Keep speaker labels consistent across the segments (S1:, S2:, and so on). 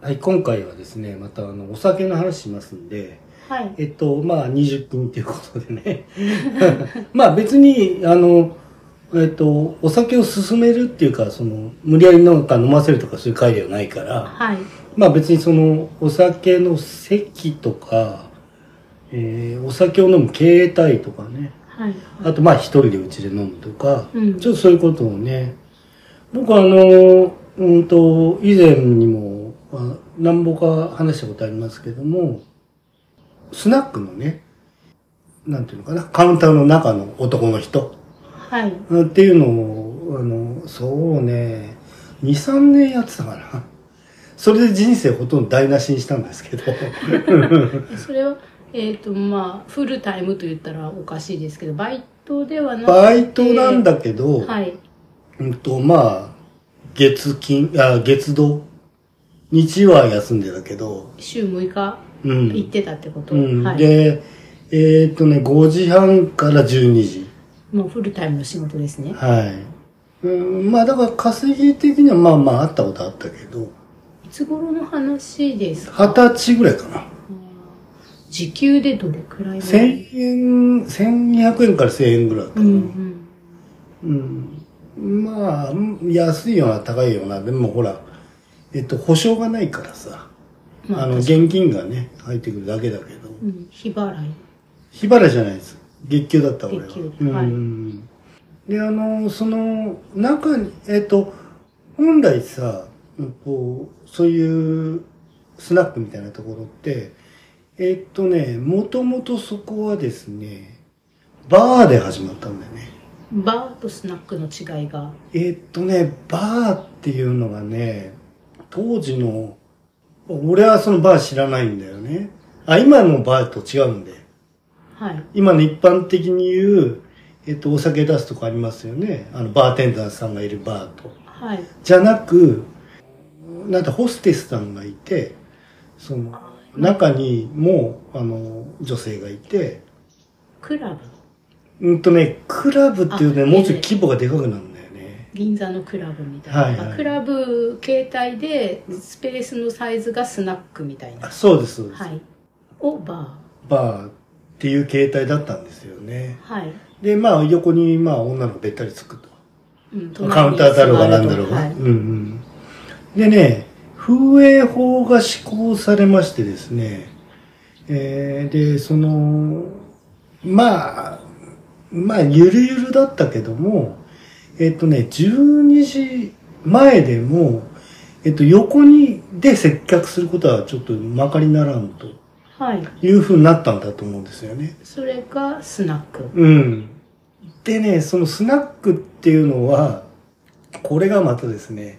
S1: はい、今回はですね、またあの、お酒の話しますんで、
S2: はい。
S1: えっと、まあ、20分ということでね。 まあ、別に、あの、えっと、お酒を勧めるっていうか、その、無理やりなんか飲ませるとかそういう回ではないから、
S2: はい。
S1: まあ別にその、お酒の席とか、えーお酒を飲む携帯とかね、
S2: はい。
S1: あとまあ一人でうちで飲むとか、
S2: うん
S1: ちょっとそういうことをね、僕はあの、うんと、以前にも、あ何ぼか話したことありますけども、スナックのね、なんていうのかな、カウンターの中の男の人
S2: はい。
S1: うんっていうのを、あの、そうね、2、3年やってたかな。それで人生ほとんど台無しにしたんですけ ど。
S2: えそれは、えっ、と、まあ、フルタイムと言ったらおかしいですけど、バイトではなくて。
S1: バイトなんだけど、
S2: はい。
S1: うんと、まあ、月金、あ、月土。日は休んでたけど、
S2: 週6日
S1: う
S2: 行っ
S1: ん。
S2: てたってこと。
S1: うん、
S2: はい。
S1: で、えーっとね、5時半から12時。
S2: もうフルタイムの仕事ですね。
S1: はい。うん、まあだから稼ぎ的にはまあまああったことあったけど、
S2: いつ頃の話ですか
S1: 二十歳ぐらいかな。
S2: 時給でどれくらい
S1: 千円、千二百円から千円ぐらいか
S2: う
S1: な。
S2: んうん。
S1: うん。まあ、うん安いような高いような、でもほら、えっと、保証がないからさ、
S2: まあ
S1: あの、現金がね、入ってくるだけだけど、
S2: うん、日払い。
S1: 日払いじゃないです月給だった俺は
S2: 月給
S1: うん、
S2: はい
S1: であのその中にえっ、と本来さこうそういうスナックみたいなところってえっ、とねもともとそこはですねバーで始まったんだよね
S2: バーとスナックの違いが。
S1: えっとね、バーっていうのがね、当時の、俺はそのバー知らないんだよね。あ、今のバーと違うんで。
S2: はい。
S1: 今の一般的に言う、えっと、お酒出すとこありますよね。あの、バーテンダーさんがいるバーと。
S2: はい。
S1: じゃなく、なんてホステスさんがいて、その、中にも、あの、女性がいて、
S2: クラブ。
S1: うんとね、クラブっていうね、
S2: あ
S1: もうちょっと規模がでかくなるんだよね。
S2: 銀座のクラブみたいな、
S1: はいはい
S2: あクラブ携帯でスペースのサイズがスナックみたいな
S1: あそうです、そうです。
S2: はいをバ
S1: バーっていう形態だったんですよね
S2: ー。はい、
S1: で、まあ、横に、まあ、女の子べったりつくと。
S2: うん
S1: カウンターだろうが何
S2: 隣に座
S1: だ
S2: る
S1: ろ
S2: と
S1: うが。
S2: はい
S1: うんうん。でね、風営法が施行されましてですね、えーで、その、まあ、まあ、ゆるゆるだったけども、えっとね、12時前でも、えっと、横に、で接客することはちょっとまかりならんと
S2: はい、
S1: いうふうになったんだと思うんですよね。
S2: それがスナック
S1: うん。でね、そのスナックっていうのは、これがまたですね、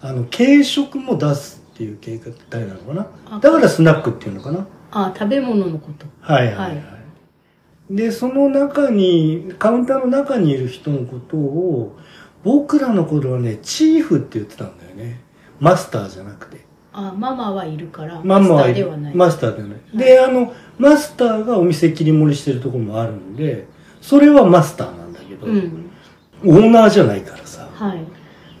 S1: あの、軽食も出すっていう計画体なのかな。
S2: あ
S1: だからスナックっていうのかな。
S2: あ食べ物のこと
S1: はいはいはい。
S2: はい
S1: で、その中に、カウンターの中にいる人のことを、僕らの頃はね、チーフって言ってたんだよね。マスターじゃなくて。
S2: あママはいるから
S1: ママ
S2: マス
S1: は
S2: タ
S1: い
S2: ーではない、
S1: マスターではない。で、あの、マスターがお店切り盛りしてるところもあるんで、それはマスターなんだけど、
S2: うん
S1: オーナーじゃないからさ。
S2: はい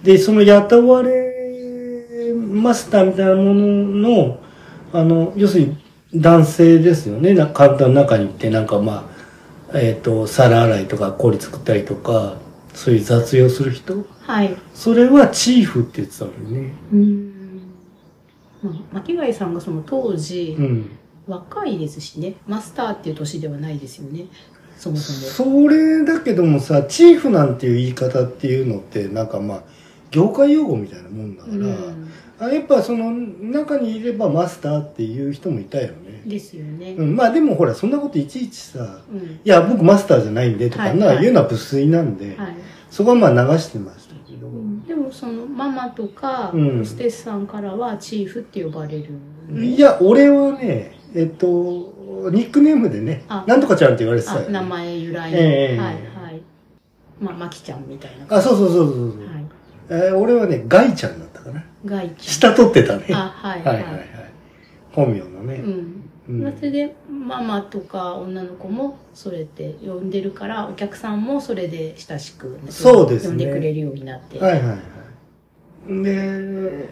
S1: で、その雇われマスターみたいなものの、あの、要するに男性ですよね。なカウンターの中に行って、なんかまあ、えっ、と、皿洗いとか氷作ったりとか、そういう雑用する人。
S2: はい
S1: それはチーフって言ってたのよね。
S2: うんまあ巻貝さんがその当時、
S1: うん。
S2: 若いですしねマスターっていう年ではないですよねそもそも
S1: それだけどもさ、チーフなんていう言い方っていうのって、なんかまあ、業界用語みたいなもんだから、
S2: うん、
S1: あやっぱその中にいればマスターっていう人もいたよね。
S2: ですよね、
S1: うん、まあでもほらそんなこといちいちさ
S2: うん
S1: 「いや僕マスターじゃないんで」とか
S2: はい
S1: な
S2: はい
S1: 言うのは無粋なんで、
S2: はい
S1: そこはまあ流してましたけど、
S2: でもそのママとか
S1: うん
S2: ホステスさんからはチーフって呼ばれるのね
S1: いや俺はねえっとニックネームでね
S2: あ
S1: 「なんとかちゃん」って言われてた
S2: あ
S1: よ、ね、
S2: 名前由来の、
S1: ええ
S2: はいはいまあマキちゃんみたいな
S1: あそうそうそうそうそう、
S2: はい
S1: えー俺はねガイちゃんだったかな
S2: ガイち
S1: 下取ってたね
S2: ゃんあはい
S1: は
S2: はいい、
S1: はいはい本名のね
S2: う、ん
S1: うん
S2: それでママとか女の子もそれで呼んでるからお客さんもそれで親しく
S1: そうですね
S2: 呼んでくれるようになって、
S1: はいはいはいで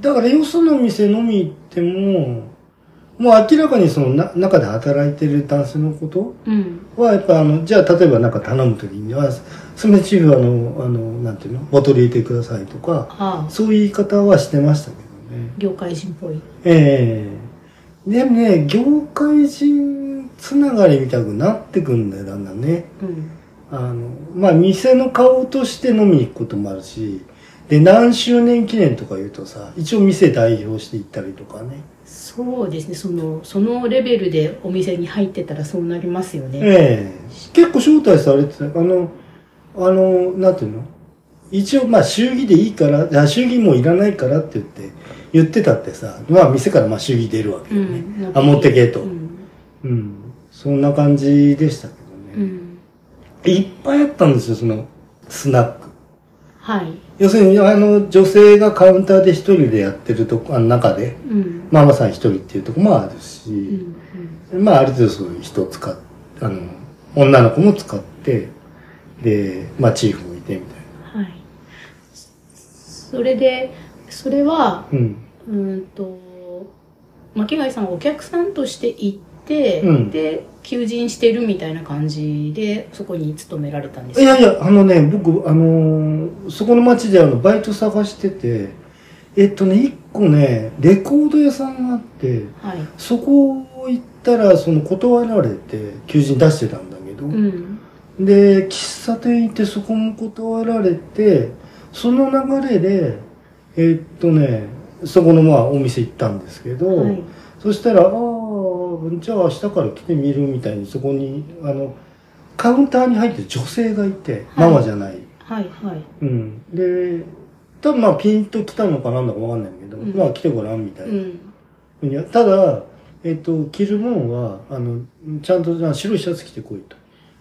S1: だからよその店飲み行っても、もう明らかにそのな中で働いてる男性のこと
S2: うん。
S1: は、やっぱあの、じゃあ例えばなんか頼むときには、すみません、チーフあの、あの、なんていうのボトル入れてくださいとか、
S2: ああ、
S1: そういう言い方はしてましたけどね。
S2: 業界人っぽい。
S1: ええでもね、業界人つながりみたくなってくんだよ、だんだんね。
S2: うん。
S1: あの、まあ、店の顔として飲みに行くこともあるし、で、何周年記念とか言うとさ、一応店代表して行ったりとかね。
S2: そうですね。その、そのレベルでお店に入ってたらそうなりますよね。
S1: ええ結構招待されてた。あの、あの、なんていうの一応、まあ、祝儀でいいから、あ祝儀もういらないからって言って、言ってたってさ、まあ、店からまあ、祝儀出るわけ
S2: う
S1: よね。
S2: ん。
S1: あ持ってけと
S2: うん。
S1: うん。そんな感じでしたけどね。
S2: うん。
S1: いっぱいあったんですよ、その、スナック。
S2: はい。
S1: 要するに、あの、女性がカウンターで一人でやってるとこ、あの中で、
S2: うん。
S1: ママさん一人っていうとこもある
S2: う
S1: し、
S2: ん。うん
S1: まあ、ある程度そういう人を使っ、あの、女の子も使って、で、まあ、チーフもいてみたい
S2: はい。それで、それは、
S1: な。うん。
S2: うーんと巻貝さんはお客さんとして行って、
S1: うん
S2: で求人してるみたいな感じでそこに勤められたんです
S1: い
S2: か
S1: やいや、あのね、僕、あのーそこの町であの、バイト探してて、えっとね、一個ね、レコード屋さんがあって、
S2: はい、
S1: そこ行ったら、その断られて、求人出してたんだけど、
S2: うん、
S1: で、喫茶店行ってそこも断られて、その流れで、えーっとね、そこのまあお店行ったんですけど、
S2: はい、
S1: そしたら、ああ、じゃあ明日から来てみるみたいに、そこに、あの、カウンターに入ってる女性がいて、
S2: は
S1: マ
S2: い
S1: マじゃない。
S2: はいはい
S1: うん。で、多分まあピンと来たのかなんだかわかんないけど、
S2: うん
S1: まあ来てごらんみたいな。
S2: うん
S1: いやただ、えっと、着るもんは、あの、ちゃんとあの白いシャツ着てこいと。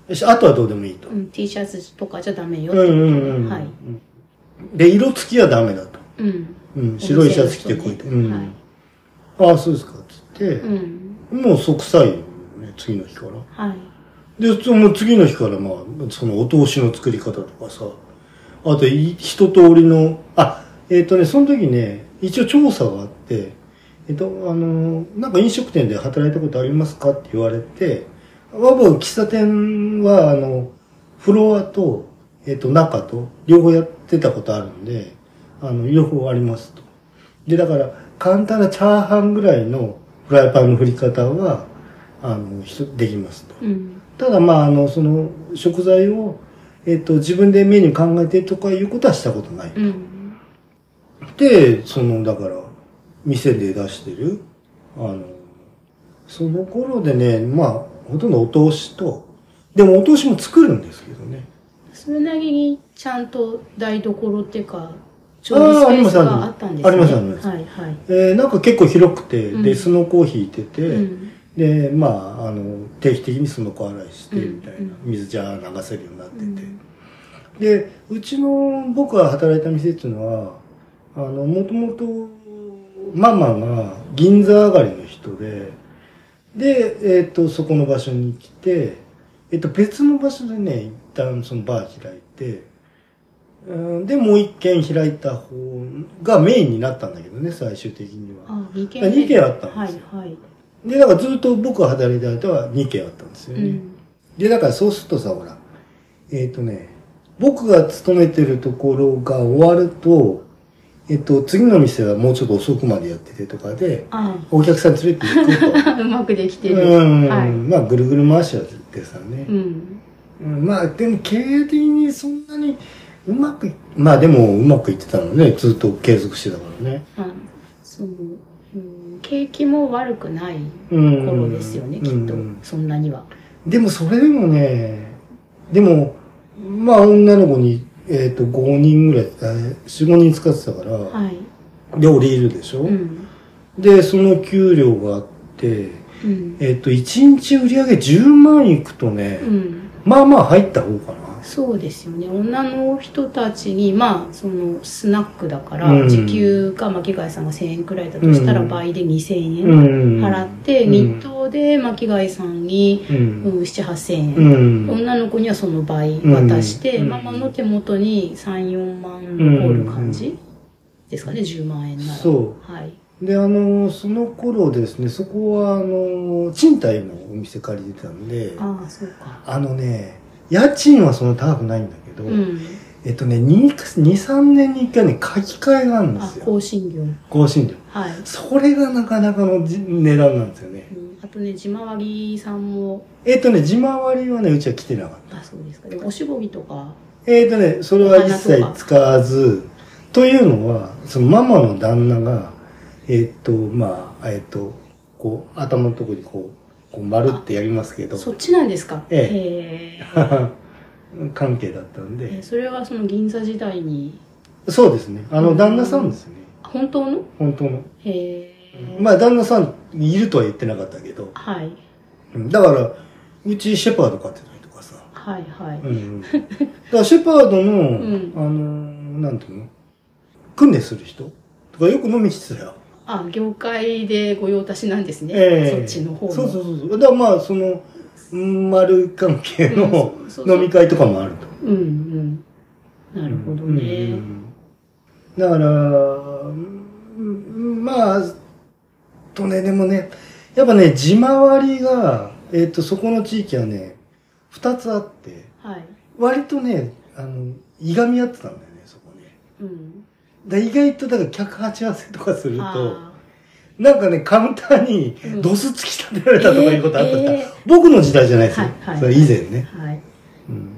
S1: よしあとはどうでもいいと
S2: う。ん、T シャツとかじゃダメよって
S1: う
S2: こ
S1: ん
S2: とね、
S1: うんうんうん。
S2: はい、
S1: で、色付きはダメだと。
S2: うん、
S1: うん、白いシャツ着てこいと。
S2: お
S1: う
S2: 店の人ね
S1: ん。ああ、そうですか、つって
S2: う、ん
S1: もう即採用ね、次の日から。
S2: はい
S1: で、その次の日から、まあ、そのお通しの作り方とかさ、あと、い一通りの、あ、えっ、とね、その時ね、一応調査があって、えっ、と、あの、なんか飲食店で働いたことありますかって言われて、わぼ喫茶店は、あの、フロアと、えっ、と、中と、両方やってたことあるんで、あの、両方ありますと。で、だから、簡単なチャーハンぐらいのフライパンの振り方は、あの、ひとできますと。
S2: うん
S1: ただまああのその食材を、えっと自分でメニュー考えてとかいうことはしたことない、
S2: うん
S1: でそのだから店で出してるあのその頃でねまあほとんどお通しとでもお通しも作るんですけどね
S2: それなりにちゃんと台所っていうか調理スペースがあったんですね
S1: ありますあります
S2: はいはい、
S1: えーなんか結構広くて、
S2: うん
S1: でスノコを引いてて、
S2: うん
S1: でまああの定期的にスノコ洗いしてみたいな、
S2: うん
S1: 水じゃ流せるようになってて、
S2: うん
S1: でうちの僕が働いた店っていうのはあのもともとママが銀座上がりの人でで、えっとそこの場所に来て、えっと別の場所でね一旦そのバー開いてうんでもう一軒開いた方がメインになったんだけどね最終的には。
S2: あ二軒目
S1: 2軒あったん
S2: は
S1: です
S2: い
S1: よ。
S2: はい、
S1: でだからずっと僕が働いた間は2軒あったんですよ
S2: う
S1: ね。
S2: ん
S1: で、だからそうするとさ、ほら、えっ、とね、僕が勤めてるところが終わると、えっ、と、次の店はもうちょっと遅くまでやっててとかで、
S2: あ
S1: お客さん連れて行くと。
S2: あうまくできてる。
S1: うん、
S2: はい。
S1: まあ、ぐるぐる回しはってさね
S2: う。ん。
S1: うんまあ、でも経営的にそんなにうまくい、まあでもうまくいってたのね、ずっと継続してたからね。
S2: あその、うん、景気も悪くない
S1: うん。
S2: 頃ですよね、きっと
S1: うん。
S2: そんなには。
S1: でもそれでもね、でも、まあ女の子に、えっ、と、5人ぐらい、え4、5人使ってたから、
S2: はい。
S1: で、降りるでしょ、
S2: うん。
S1: で、その給料があって、
S2: うん。
S1: えっ、と、1日売り上げ10万いくとね、
S2: うん。
S1: まあまあ入った方かな。
S2: そうですよね。女の人たちに、まあ、その、スナックだから、
S1: うん
S2: 時給が巻貝さんが1000円くらいだとしたら、
S1: うん
S2: 倍で2000円
S1: ん
S2: 払って、日当で巻貝さんに、
S1: う
S2: うん
S1: ん。、
S2: 7、8000円。
S1: うん。
S2: 女の子にはその倍渡して、
S1: うん
S2: ママの手元に34万残る感じ、ですかね、10万円なら。。
S1: そう
S2: はい。
S1: で、あの、その頃ですね、そこは、あの、賃貸のお店借りてたんで、あ
S2: ああ、そうか。
S1: のね、家賃はそんな高くないんだけど、
S2: うん。
S1: えっとね、2、3年に1回ね、書き換えがあるんで
S2: あ
S1: す、よ。
S2: 更新料。
S1: 更新料。
S2: はい。
S1: それがなかなかのじ値段なんですよね
S2: う。んあとね、地回りさんも、
S1: えっとね、自回りはね、うちは来てなかっ
S2: あ、そうですか。でもおしぼりとか、
S1: た。えっとね、それは一切使わず、というのは、そのママの旦那が、えっと、まあ、えっと、こう、頭のとこにこう、こう丸ってやりますけど、
S2: そっちなんですか。ええ
S1: 関係だったん
S2: え
S1: で、
S2: それはその銀座時代に、
S1: そうですね。あの、旦那さんですよね。
S2: 本当の
S1: 本当の。
S2: ええ
S1: まあ、旦那さんいるとは言ってなかったけど、
S2: はい。
S1: うんだから、うちシェパード飼ってたりとかさ、
S2: はいはい。
S1: うん、だからシェパードの、
S2: ん
S1: あのーなんていうの訓練する人とかよく飲みしてたよ。
S2: あ、業界でご用達なんですね。
S1: ええ
S2: そっちの方の。
S1: そうそうそうそう。だからまあ、その、うん丸関係の
S2: うんそうそうそう
S1: 飲み会とかもあると。
S2: うんうん。なるほどね。
S1: うんだから、うんまあ、とね、でもね、やっぱね、地回りが、えっ、と、そこの地域はね、二つあって、
S2: はい。
S1: 割とね、あの、いがみ合ってたんだよね、そこね。
S2: うん。
S1: だ意外と、だから客鉢合わせとかすると、
S2: あ
S1: なんかね、カウンターに
S2: うん
S1: ドス突き立てられたとかいうことあった
S2: え
S1: ん
S2: ー
S1: だ、
S2: えー
S1: 僕の時代じゃないですよ。
S2: はいはい
S1: それ以前ね。
S2: ーはい。
S1: うん。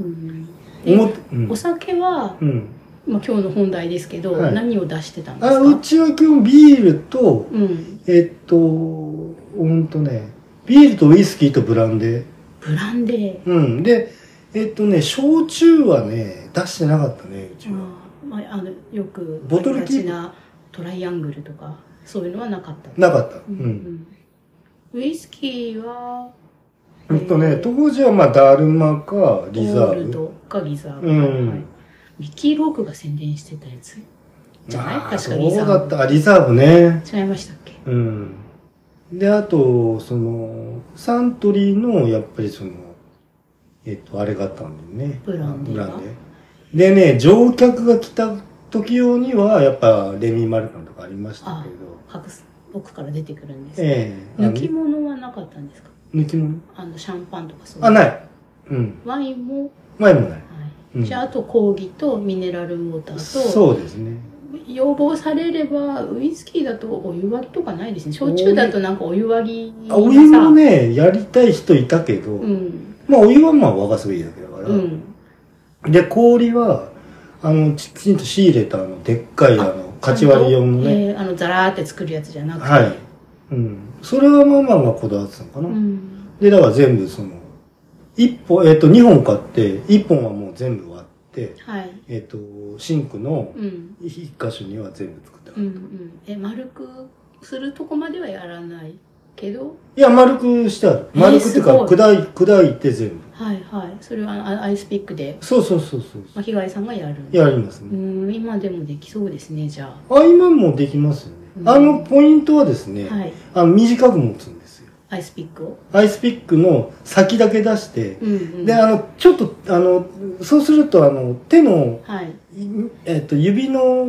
S2: うんで
S1: 思って、うん
S2: お。酒は、
S1: うん。
S2: まあ、今日の本題ですけど、
S1: はい
S2: 何を出してたんです
S1: あ、
S2: か
S1: うちは基本ビールと、
S2: うん。
S1: えっと、ほんとね、ビールとウイスキーとブランデー。
S2: ブランデー。
S1: うん。で、えっとね、焼酎はね、出してなかったね、うちは。
S2: あーまあ、あのよく
S1: ボトル
S2: ありが
S1: キープ
S2: ちなトライアングルとかそういうのはなかった
S1: なかった。う
S2: うん
S1: ん。
S2: うんウイスキーは
S1: えっと
S2: え
S1: ね、
S2: ー
S1: 当時はまあ、ダルマか、リザー
S2: オール
S1: ブ。
S2: ドかリザーブ、
S1: うん
S2: はいミッキー・ロークが宣伝してたやつじゃない
S1: あー
S2: 確か
S1: そう
S2: リザーブ
S1: だった。あリザーブね。
S2: 違いましたっけ
S1: うん。で、あと、その、サントリーの、やっぱりその、えっと、あれがあったんだよね。
S2: ブランデー
S1: ブ
S2: が
S1: ランデー。でね、乗客が来た時用には、やっぱ、レミマルカンとかありましたけど、
S2: 隠す奥から出てくるんです、
S1: ええ
S2: 抜き物はなかったんですか
S1: 抜き物
S2: あのシャンパンとかそういう
S1: あ、ない。うん。
S2: ワインも、は
S1: 前もない。
S2: い
S1: うん
S2: じゃああとコーギとミネラルウォーターと
S1: そうですね。
S2: 要望されればウイスキーだとお湯割りとかないですね焼酎だとなんかお湯割り
S1: あお湯もね、やりたい人いたけど、
S2: うん
S1: まあお湯はまあ沸かすべきだけだから、
S2: うん
S1: で、氷は、あの、きちんと仕入れたあの、でっかいあの、かち割り用のね、
S2: えーあのザラーって作るやつじゃなくて
S1: はい。うん。それはまあまあまあこだわってたのかな。
S2: うん
S1: で、だから全部その、一本、えっ、と、二本買って、一本はもう全部割って、
S2: はい
S1: えっ、と、シンクの
S2: うん
S1: 一箇所には全部作った。
S2: うんうんえ丸くするとこまではやらないけど
S1: いや、丸くしてある。丸くっていうか、
S2: えーす
S1: 砕い、砕いて全部。
S2: はいはいそれはあアイスピックで
S1: そうそうそうそう。
S2: 巻貝さんがやる
S1: やります
S2: う
S1: ね。
S2: ん今でもできそうですねじゃあ
S1: あ、今もできますよね。
S2: うん
S1: あの、ポイントはですね、
S2: はい
S1: あの短く持つんですよ。
S2: アイスピックを
S1: アイスピックの先だけ出して、
S2: うんうん
S1: で、あの、ちょっと、あの、そうすると、あの、手の、
S2: はい
S1: いえっと、指の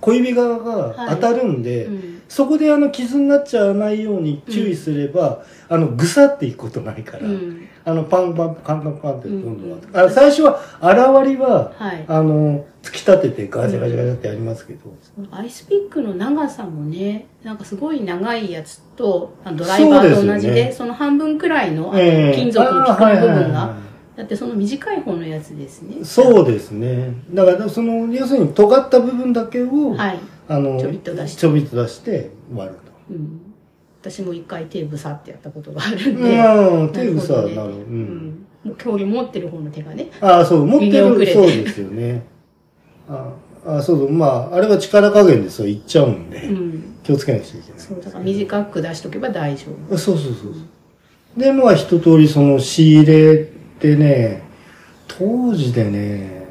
S1: 小指側が当たるんで、
S2: うん
S1: そこであの傷になっちゃわないように注意すれば、あの、ぐさっていくことないから、
S2: うん
S1: あの、パンパン、パンパンパンってどんどん、
S2: うんうん
S1: あの最初は、洗わりは、
S2: はい
S1: あの、突き立ててガチャガチャガチャってやりますけど、
S2: アイスピックの長さもね、なんかすごい長いやつと、あのドライバーと同
S1: そう
S2: じで、そ
S1: ですよね
S2: の半分くらいのあの
S1: ええ
S2: 金属のピ
S1: あ
S2: ッ
S1: ー
S2: クの
S1: はい
S2: 部
S1: はい
S2: 分
S1: は
S2: が、
S1: い
S2: だってその短い方のやつですね。
S1: そうですね。だから、その、要するに尖った部分だけを、
S2: はい。
S1: あの、
S2: ちょびっと出して
S1: ちょびっと出して割ると。
S2: うん。私も一回手ぶさってやったことがあるんで。
S1: うん、手ぐさ、な
S2: なるほど
S1: るほ
S2: ね
S1: ど。う。
S2: うんん。もう競技持ってる方の手がね。
S1: ああ、そう、持って
S2: 微妙く
S1: る、
S2: れて
S1: そうですよね。ああ、そうそう、まあ、あれは力加減でそういっちゃうんで、
S2: うん。
S1: 気をつけなくちゃいけない。
S2: そう、だから短く出しとけば大丈
S1: あそうそうそうそう。で、まあ一通りその仕入れってね、当時でね、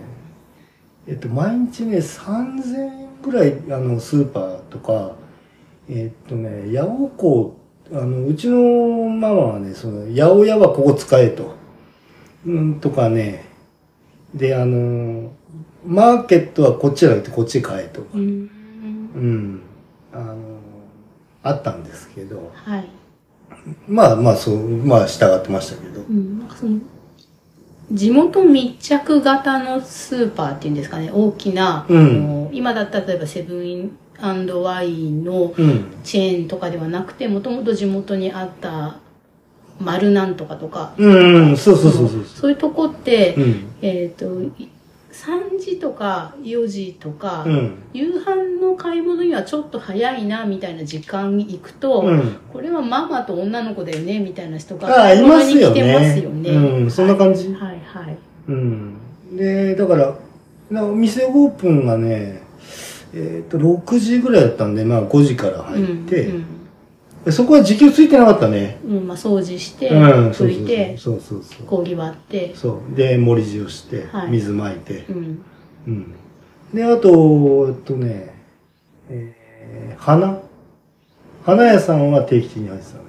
S1: えっと、毎日ね、3000円ぐらい、あの、スーパーとか、えっとね、八百港、あの、うちのママはね、その、八百屋はここ使えと。うん、とかね、で、あの、マーケットはこっちじゃなくてこっち買えとか、
S2: うん
S1: うん、あの、あったんですけど、
S2: はい。
S1: まあまあそう、まあ従ってましたけど、
S2: うん、なんかその、地元密着型のスーパーっていうんですかね、大きな、
S1: うん
S2: あの今だったら例えばセブンインワインの
S1: うん、
S2: チェーンとかではなくて、もともと地元にあった、丸なんとかとか、
S1: うん、うん、そうそうそうそう。
S2: そういうとこって、
S1: うん、
S2: えっ、と、い3時とか4時とか、
S1: うん、
S2: 夕飯の買い物にはちょっと早いなみたいな時間に行くと、
S1: うん。
S2: これはママと女の子だよねみたいな人が
S1: ああ、いますよ
S2: ここに来てます
S1: ね。
S2: よね。
S1: うん、そんな感じ。
S2: はいはい。
S1: うん。で、だから、なお店オープンがね、えっ、と、6時ぐらいだったんで、まあ5時から入って、
S2: うん
S1: そこは時給ついてなかったね。
S2: うんうんまあ、掃除して、
S1: うん、そう
S2: 拭いて、
S1: そうそうそう。そう
S2: こぎ割って、
S1: そう。で、盛り塩して
S2: は、い
S1: 水まいて。
S2: うん、
S1: うん。で、あと、えっとね、えー、花花屋さんは定期的に入ってたね。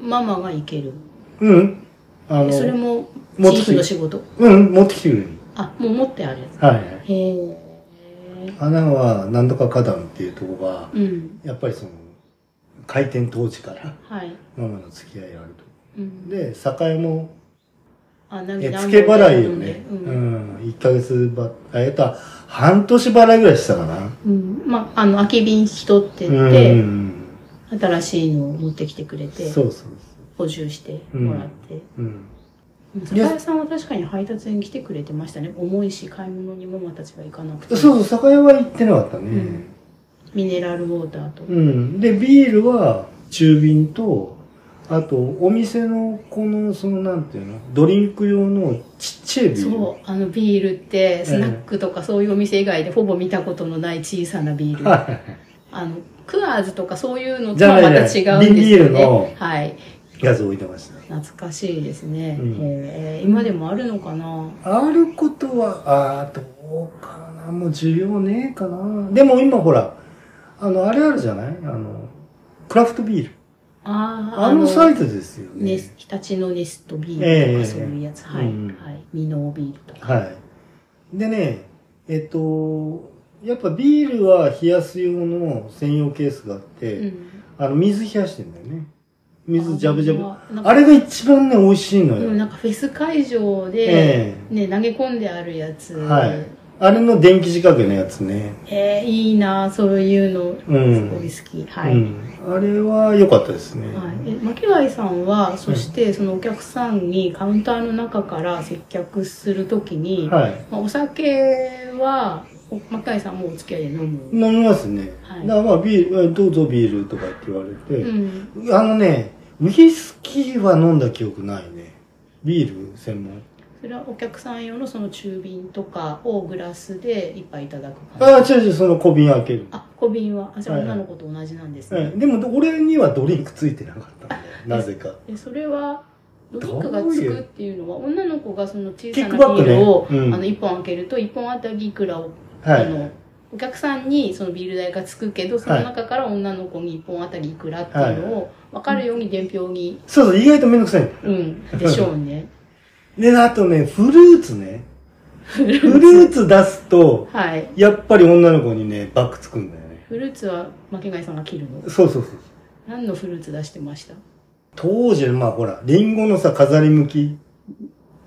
S2: ママが行ける。
S1: うん。あ
S2: それ
S1: の、
S2: も
S1: 持って
S2: 地域の仕事。
S1: うん、持ってきてくれる。
S2: あ、もう持ってあるやつ。
S1: はいはい。
S2: へえ。
S1: 花は何とか花壇っていうとこが、
S2: うん。
S1: やっぱりその、開店当時から
S2: はい。
S1: ママの付き合いがあると。
S2: うん、
S1: で、酒屋も、
S2: あ、な
S1: え、付け払いをね、
S2: う。
S1: うんん、1ヶ月ば、あえっと、半年払いぐらいしてたかな。
S2: うん、まあ、あの、空き瓶引き取ってっ
S1: うん
S2: て、新しいのを持ってきてくれて、
S1: そうそうそう。
S2: 補充してもらって。
S1: うん。
S2: うん酒屋さんは確かに配達に来てくれてましたね。重いし、買い物にママたちは行かなくて。
S1: そうそう、酒屋は行ってなかったね。
S2: うんミネラルウォーターと。
S1: うん。で、ビールは中瓶と、あと、お店の、この、その、なんていうの、ドリンク用のちっちゃいビール。
S2: そう、あのビールって、スナックとかそういうお店以外でほぼ見たことのない小さなビール。
S1: は
S2: あの、クアーズとかそういうの
S1: じ
S2: と
S1: ゃな
S2: はいまた違うんですよね。
S1: 瓶ビールの
S2: はい。
S1: い。 やつ置いてました。
S2: 懐かしいですね。
S1: うん
S2: えー今でもあるのかな
S1: あることは、あーどうかな。もう需要ねえかな。でも今ほら、あの、あれあるじゃないあの、クラフトビール。
S2: ああ、
S1: あのサイズですよね。
S2: ネス、日立のネストビ
S1: え
S2: ールと
S1: え
S2: かそういうやつ。は
S1: う
S2: い。
S1: ん
S2: はい。ミノービールとか。
S1: はい。でね、えっと、やっぱビールは冷やす用の専用ケースがあって、
S2: うん
S1: あの、水冷やしてんだよね。水ジャブジャブ。
S2: なんか
S1: あれが一番ね、美味しいの
S2: う
S1: よ。
S2: ん、なんかフェス会場で、
S1: ええ
S2: ね、投げ込んであるやつ。
S1: はいあれの電気仕掛けのやつね。
S2: えー、いいなそういうの。
S1: う
S2: す
S1: ん。
S2: ごい好き。はい。
S1: うん、あれは良かったですね。
S2: はい、えマキワイさんはそしてそのお客さんにカウンターの中から接客するときに、
S1: はい。
S2: まあ、お酒はおマキワイさんもお付き合いで飲む、
S1: 飲みますね。
S2: はい
S1: だからまあ、ビール、えどうぞビールとかって言われ
S2: う
S1: て、
S2: ん、
S1: あのね、ウイスキーは飲んだ記憶ないね。ビール専門。
S2: それはお客さん用のその中瓶とかをグラスで一杯いただく感じ
S1: ああ、違う違う、その小瓶開ける。
S2: あ小瓶はあじゃあ
S1: はいは
S2: 女
S1: い
S2: の子と同じなんですね、
S1: ええでも、俺にはドリンクついてなかったんだよ。なぜか。
S2: えそれはドリンク
S1: ど
S2: が
S1: う
S2: つ
S1: いう
S2: くっていうのは女の子がその小
S1: キ
S2: さ
S1: ック
S2: な
S1: バッ
S2: ビー
S1: クね
S2: ルを、
S1: うん
S2: あの1本開けると1本あたりいくらを
S1: は
S2: あの
S1: い。
S2: お客さんにそのビール代がつくけどその中から女の子に1本あたりいくらっていうのを分かるように伝票に、
S1: そうそう、意外とめんどくさいの。
S2: うん、でしょう ね
S1: で、あとね、フルーツね。フルーツ出すと、
S2: はい
S1: やっぱり女の子にね、バックつくんだよね。
S2: フルーツは巻貝さんが切るの
S1: そうそうそう。
S2: 何のフルーツ出してました
S1: 当時、まあほら、リンゴのさ、飾り向き。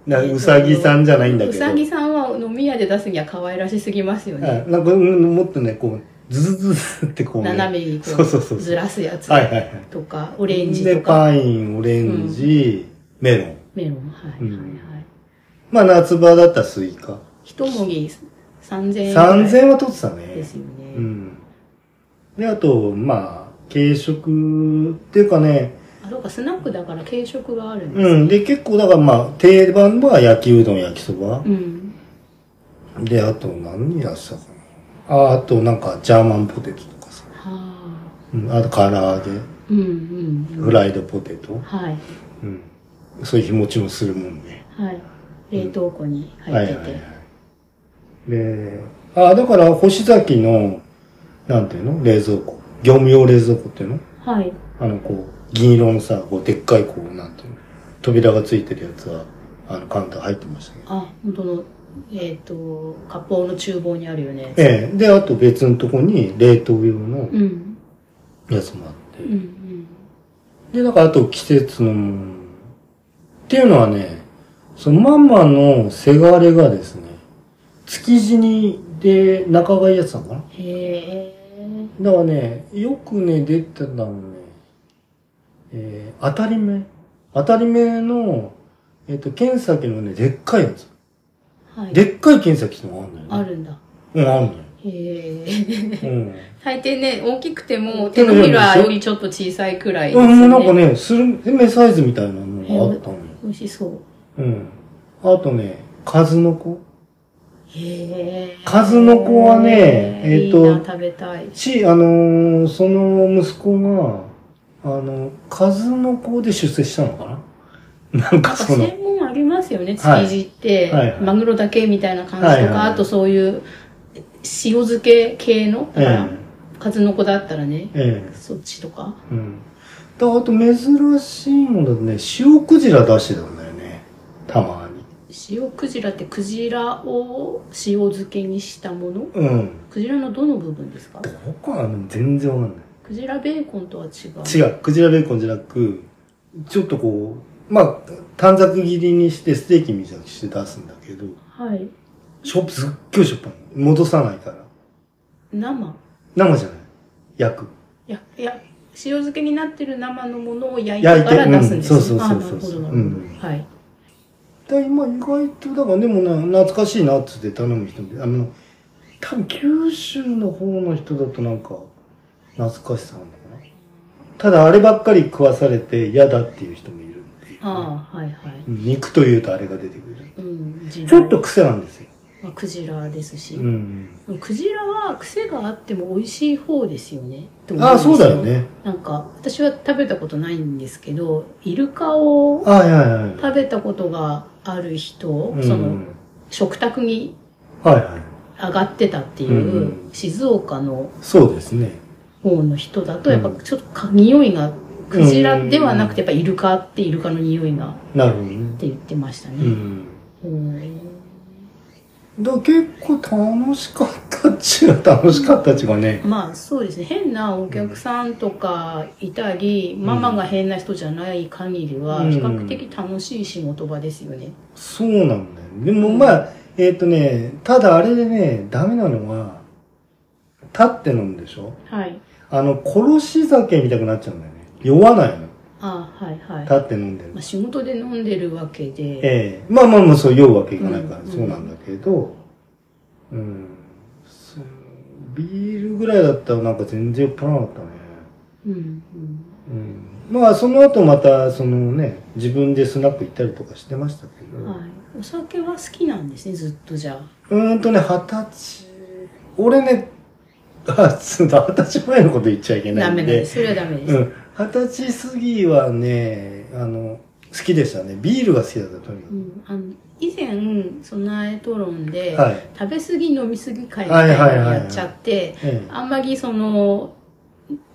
S1: な、
S2: えっと
S1: うさぎさんじゃないんだけ
S2: う
S1: ど。
S2: さぎさんは飲み屋で出すには可愛らしすぎますよね、
S1: はいなんか、うんもっとね、こう、ズズズズってこう、ね。
S2: 斜めにこ
S1: そうそうそう
S2: うずらすやつ
S1: はいはいはい。
S2: とかオレンジ
S1: で、
S2: とか
S1: パイン、オレンジ、メロン。
S2: メロンはいはいはい、
S1: うんまあ夏場だったらスイカ。
S2: 一もぎ3000円
S1: 3000円は取ってたね。
S2: ですよね、
S1: うん。で、あと、まあ、軽食っていうかね、
S2: あそうかスナックだから軽食があるんですね
S1: うん。で、結構、だからまあ、定番は焼きうどん、焼きそば。
S2: うん
S1: で、あと何やしたかな。あ、あとなんか、ジャーマンポテトとかさ。
S2: はあ
S1: うん。あと、唐揚げ、
S2: うんうん
S1: フライドポテト。
S2: はい
S1: うん。そういう日持ちもするもんね。
S2: はい冷凍庫に入ってて
S1: い。で、あ、だから、星崎の、なんていうの冷蔵庫。業務用冷蔵庫っていうの
S2: はい
S1: あの、こう、銀色のさ、こう、でっかい、こう、なんていうの、扉がついてるやつは、あの、カウンター入ってましたけど。
S2: あ本当のえっ、と、割烹の厨房にあるよね。
S1: ええで、あと別のとこに冷凍用の
S2: うん。
S1: やつもあっ
S2: う
S1: て。
S2: んうん。
S1: で、だからあと季節のもの。っていうのはね、そのママのせがれがですね、築地にで仲買やってたのかな
S2: へえ。
S1: だからね、よくね、出てたのね、えー、当たり目当たり目の、えっ、と、剣先のね、でっかいやつ。
S2: はい。
S1: でっかい剣先ってのがあるんだよね。
S2: あるんだ。
S1: うん、あるん
S2: へえ。
S1: だよ。うん。
S2: 大抵ね、大きくても手のひらよりちょっと小さいくらいです
S1: う
S2: ね。
S1: ん、もうなんかね、スルメサイズみたいなのがあったのよ。
S2: 美味しそ
S1: う
S2: う。
S1: ん。あとね、数の子。
S2: へえ。
S1: 数の子はねえーと
S2: いいな食べたい。
S1: し、あのーその息子が、あの、数の子で出世したのかな なん
S2: な
S1: か
S2: んか
S1: その、
S2: 専門ありますよね、
S1: はい
S2: 築地って、
S1: はいはい
S2: マグロだけみたいな感じとか、
S1: はいはい
S2: あとそういう塩漬け系の、だ
S1: え
S2: から
S1: え、
S2: 数の子だったらね、
S1: ええ、
S2: そっちとか。
S1: うん。だからあと珍しいものだとね、塩クジラ出してたんだよね。たまに。
S2: 塩クジラってクジラを塩漬けにしたもの
S1: うん。
S2: クジラのどの部分ですか
S1: どこなの全然わかんない。
S2: クジラベーコンとは違う。
S1: 違う、クジラベーコンじゃなく、ちょっとこう、まあ、短冊切りにしてステーキみたいにして出すんだけど、
S2: はい。
S1: しょ、すっごいしょっぱい。戻さないから。
S2: 生。
S1: 生じゃない。焼く。
S2: いや、いや、塩漬けになってる生のものを焼いてから出すんです
S1: 焼いてう
S2: ね。
S1: ん
S2: ああ、な
S1: そ
S2: る
S1: うそう
S2: ほ
S1: そうそ
S2: ど、
S1: う
S2: なるほ
S1: う
S2: ど。
S1: ん
S2: はい。
S1: だ今意外と、だからでもな、懐かしいなっつって頼む人も、あの、多分九州の方の人だとなんか、懐かしさあるのかな。ただあればっかり食わされて嫌だっていう人もいるっていう
S2: ああ、はいはい。
S1: うん肉というとあれが出てくる。
S2: うん、ち
S1: ちょっと癖なんですよ。
S2: まあ、クジラですし、
S1: うん。
S2: クジラは癖があっても美味しい方ですよねと思ん
S1: ああ、
S2: です
S1: そうだよね。
S2: なんか私は食べたことないんですけどイルカを
S1: ああ、はいはいはい。
S2: 食べたことがある人、
S1: うん
S2: その食卓に
S1: はいはい。
S2: 上がってたっていう、
S1: うんうん
S2: 静岡の
S1: そうですね。
S2: 方の人だと
S1: う
S2: や
S1: ん
S2: っぱちょっとか匂いがクジラではなくてやっぱイルカってイルカの匂いが
S1: なるほどね
S2: っ。て言ってました
S1: う
S2: ね、
S1: ん。
S2: うん
S1: だから結構楽しかったっちゅう、楽しかったっちゅうかね。
S2: まあそうですね変なお客さんとかいたり、
S1: ん
S2: ママが変な人じゃない限りは
S1: うん
S2: 比較的楽しい仕事場ですよね、
S1: そうなんだよ。でもまあ、えっ、とね、ただあれでね、ダメなのは、立って飲むでしょ
S2: はい
S1: あの、殺し酒みたくなっちゃうんだよね。酔わないの。
S2: ああはいはい、
S1: 立
S2: ま
S1: って飲んでる
S2: あ、。仕事で飲んでるわけで、
S1: ええまあまあまあ、そう酔うわけいかないから、
S2: うん
S1: そうなんだけど、うん。そうビールぐらいだったらなんか全然酔っ払わなかったね。
S2: うん
S1: うん。まあ、その後また、そのね、自分でスナック行ったりとかしてましたけ
S2: う
S1: ど、
S2: んはい、お酒は好きなんですねずっとじゃあ
S1: うーんとね、二十歳。俺ね、 あ、そうだ、二十歳前のこと言っちゃいけない
S2: ダ
S1: ん
S2: メ
S1: で。
S2: なんですそれはダメです、
S1: うん。二十歳過ぎはね、あの、好きでしたね。ビールが好きだった、とにか
S2: う
S1: く。
S2: んあの以前そのナエトロンで、
S1: はい。
S2: 食べ過ぎ飲み過ぎ会みたいなのをやっちゃって、
S1: ええ、
S2: あんまりその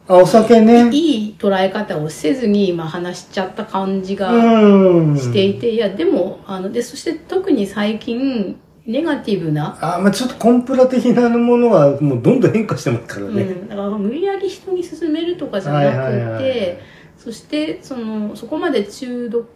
S1: あ、お酒ね。
S2: いい捉え方をせずに、まあ、話しちゃった感じが
S1: うん。
S2: していて、いやでもあのでそして特に最近ネガティブな、
S1: あ、まあちょっとコンプラ的なものは、もうどんどん変化してますか
S2: う
S1: らね。
S2: ん、だから無理やり人に勧めるとかじゃ
S1: はい
S2: なくて、
S1: はいはい。
S2: そしてそのそこまで中毒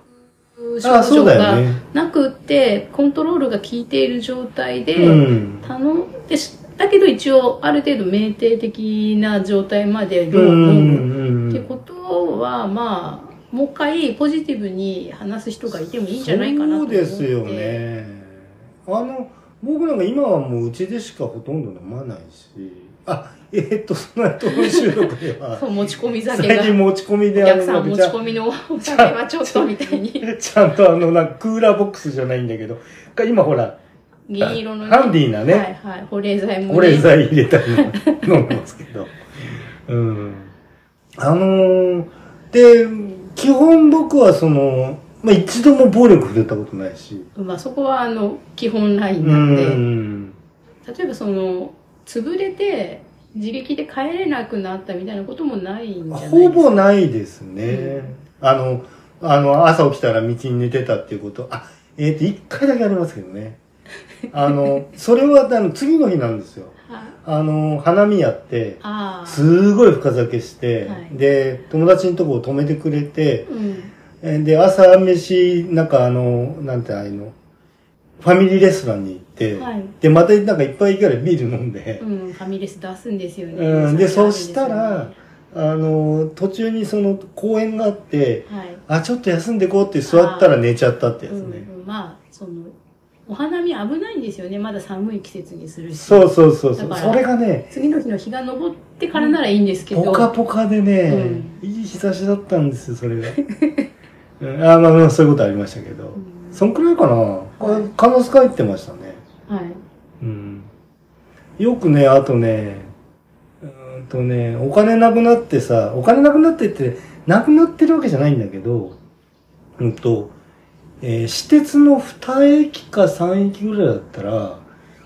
S1: あ、
S2: 症
S1: そ
S2: 状
S1: うだよ
S2: が
S1: ね。
S2: なくって、コントロールが効いている状態で、
S1: うん。
S2: 頼んでしだけど一応ある程度酩酊的な状態まで
S1: う
S2: 量を飲む
S1: ん。
S2: ってことはまあもう一回ポジティブに話す人がいてもいいんじゃないかなと思って
S1: そうですよねあの僕なんか今はもううちでしかほとんど飲まないしあえーっとその後の収録では
S2: そう持ち込み酒
S1: 最
S2: が
S1: 近持ち込み
S2: お
S1: であ
S2: 客
S1: の
S2: さん持
S1: ち
S2: ち
S1: ゃ
S2: 込みのお酒はちょっとみたいに
S1: ん ちゃんとあのなんかクーラーボックスじゃないんだけどか今ほら
S2: 銀色の
S1: ハンディーなね
S2: はいはい保冷剤もね
S1: 保冷剤入れたりの飲んでますけどうんあのーで基本僕はその、まあ、一度も暴力触れたことないし
S2: まあそこはあの基本ライン
S1: う
S2: なんで
S1: ん
S2: 例えばその潰れて自力で帰れなくなったみたいなこともないんじゃない
S1: ほぼないですね。
S2: うん
S1: あの、あの、朝起きたら道に寝てたっていうこと、あ、えっ、と、一回だけありますけどね。あの、それはあの次の日なんですよ。
S2: あ
S1: あの、花見やって、
S2: あー
S1: すごい深酒して、
S2: はい
S1: で、友達のとこを止めてくれて、
S2: うん
S1: えーで、朝飯、なんかあの、なんてああいうの、ファミリーレストランに行って、
S2: はい
S1: で、またなんかいっぱいぐらいビール飲んで
S2: う、ん、ファミレス出すんですよね。
S1: うん、で、そうした
S2: は
S1: ら、あの、途中にその公園があって、
S2: い。
S1: あ、ちょっと休んでこうって座ったら寝ちゃったってやつ
S2: うん
S1: ね。
S2: うん、まあ、その、お花見危ないんですよね。まだ寒い季節にするし。
S1: そうそうそうそ
S2: だ
S1: う。
S2: から
S1: それがね、
S2: 次の日の日が昇ってからならいいんですけど。
S1: ポカポカでね、
S2: う
S1: いい日差しだったんですよ、それが。うん、あまあまあ、そういうことありましたけど。
S2: うん
S1: そんくらいかな。
S2: はい
S1: カノスカ行ってましたね。
S2: はい。
S1: うん。よくね、あとね、うーんとね、お金なくなってさ、お金なくなってって、なくなってるわけじゃないんだけど、うんと、えー私鉄の2駅か3駅ぐらいだったら、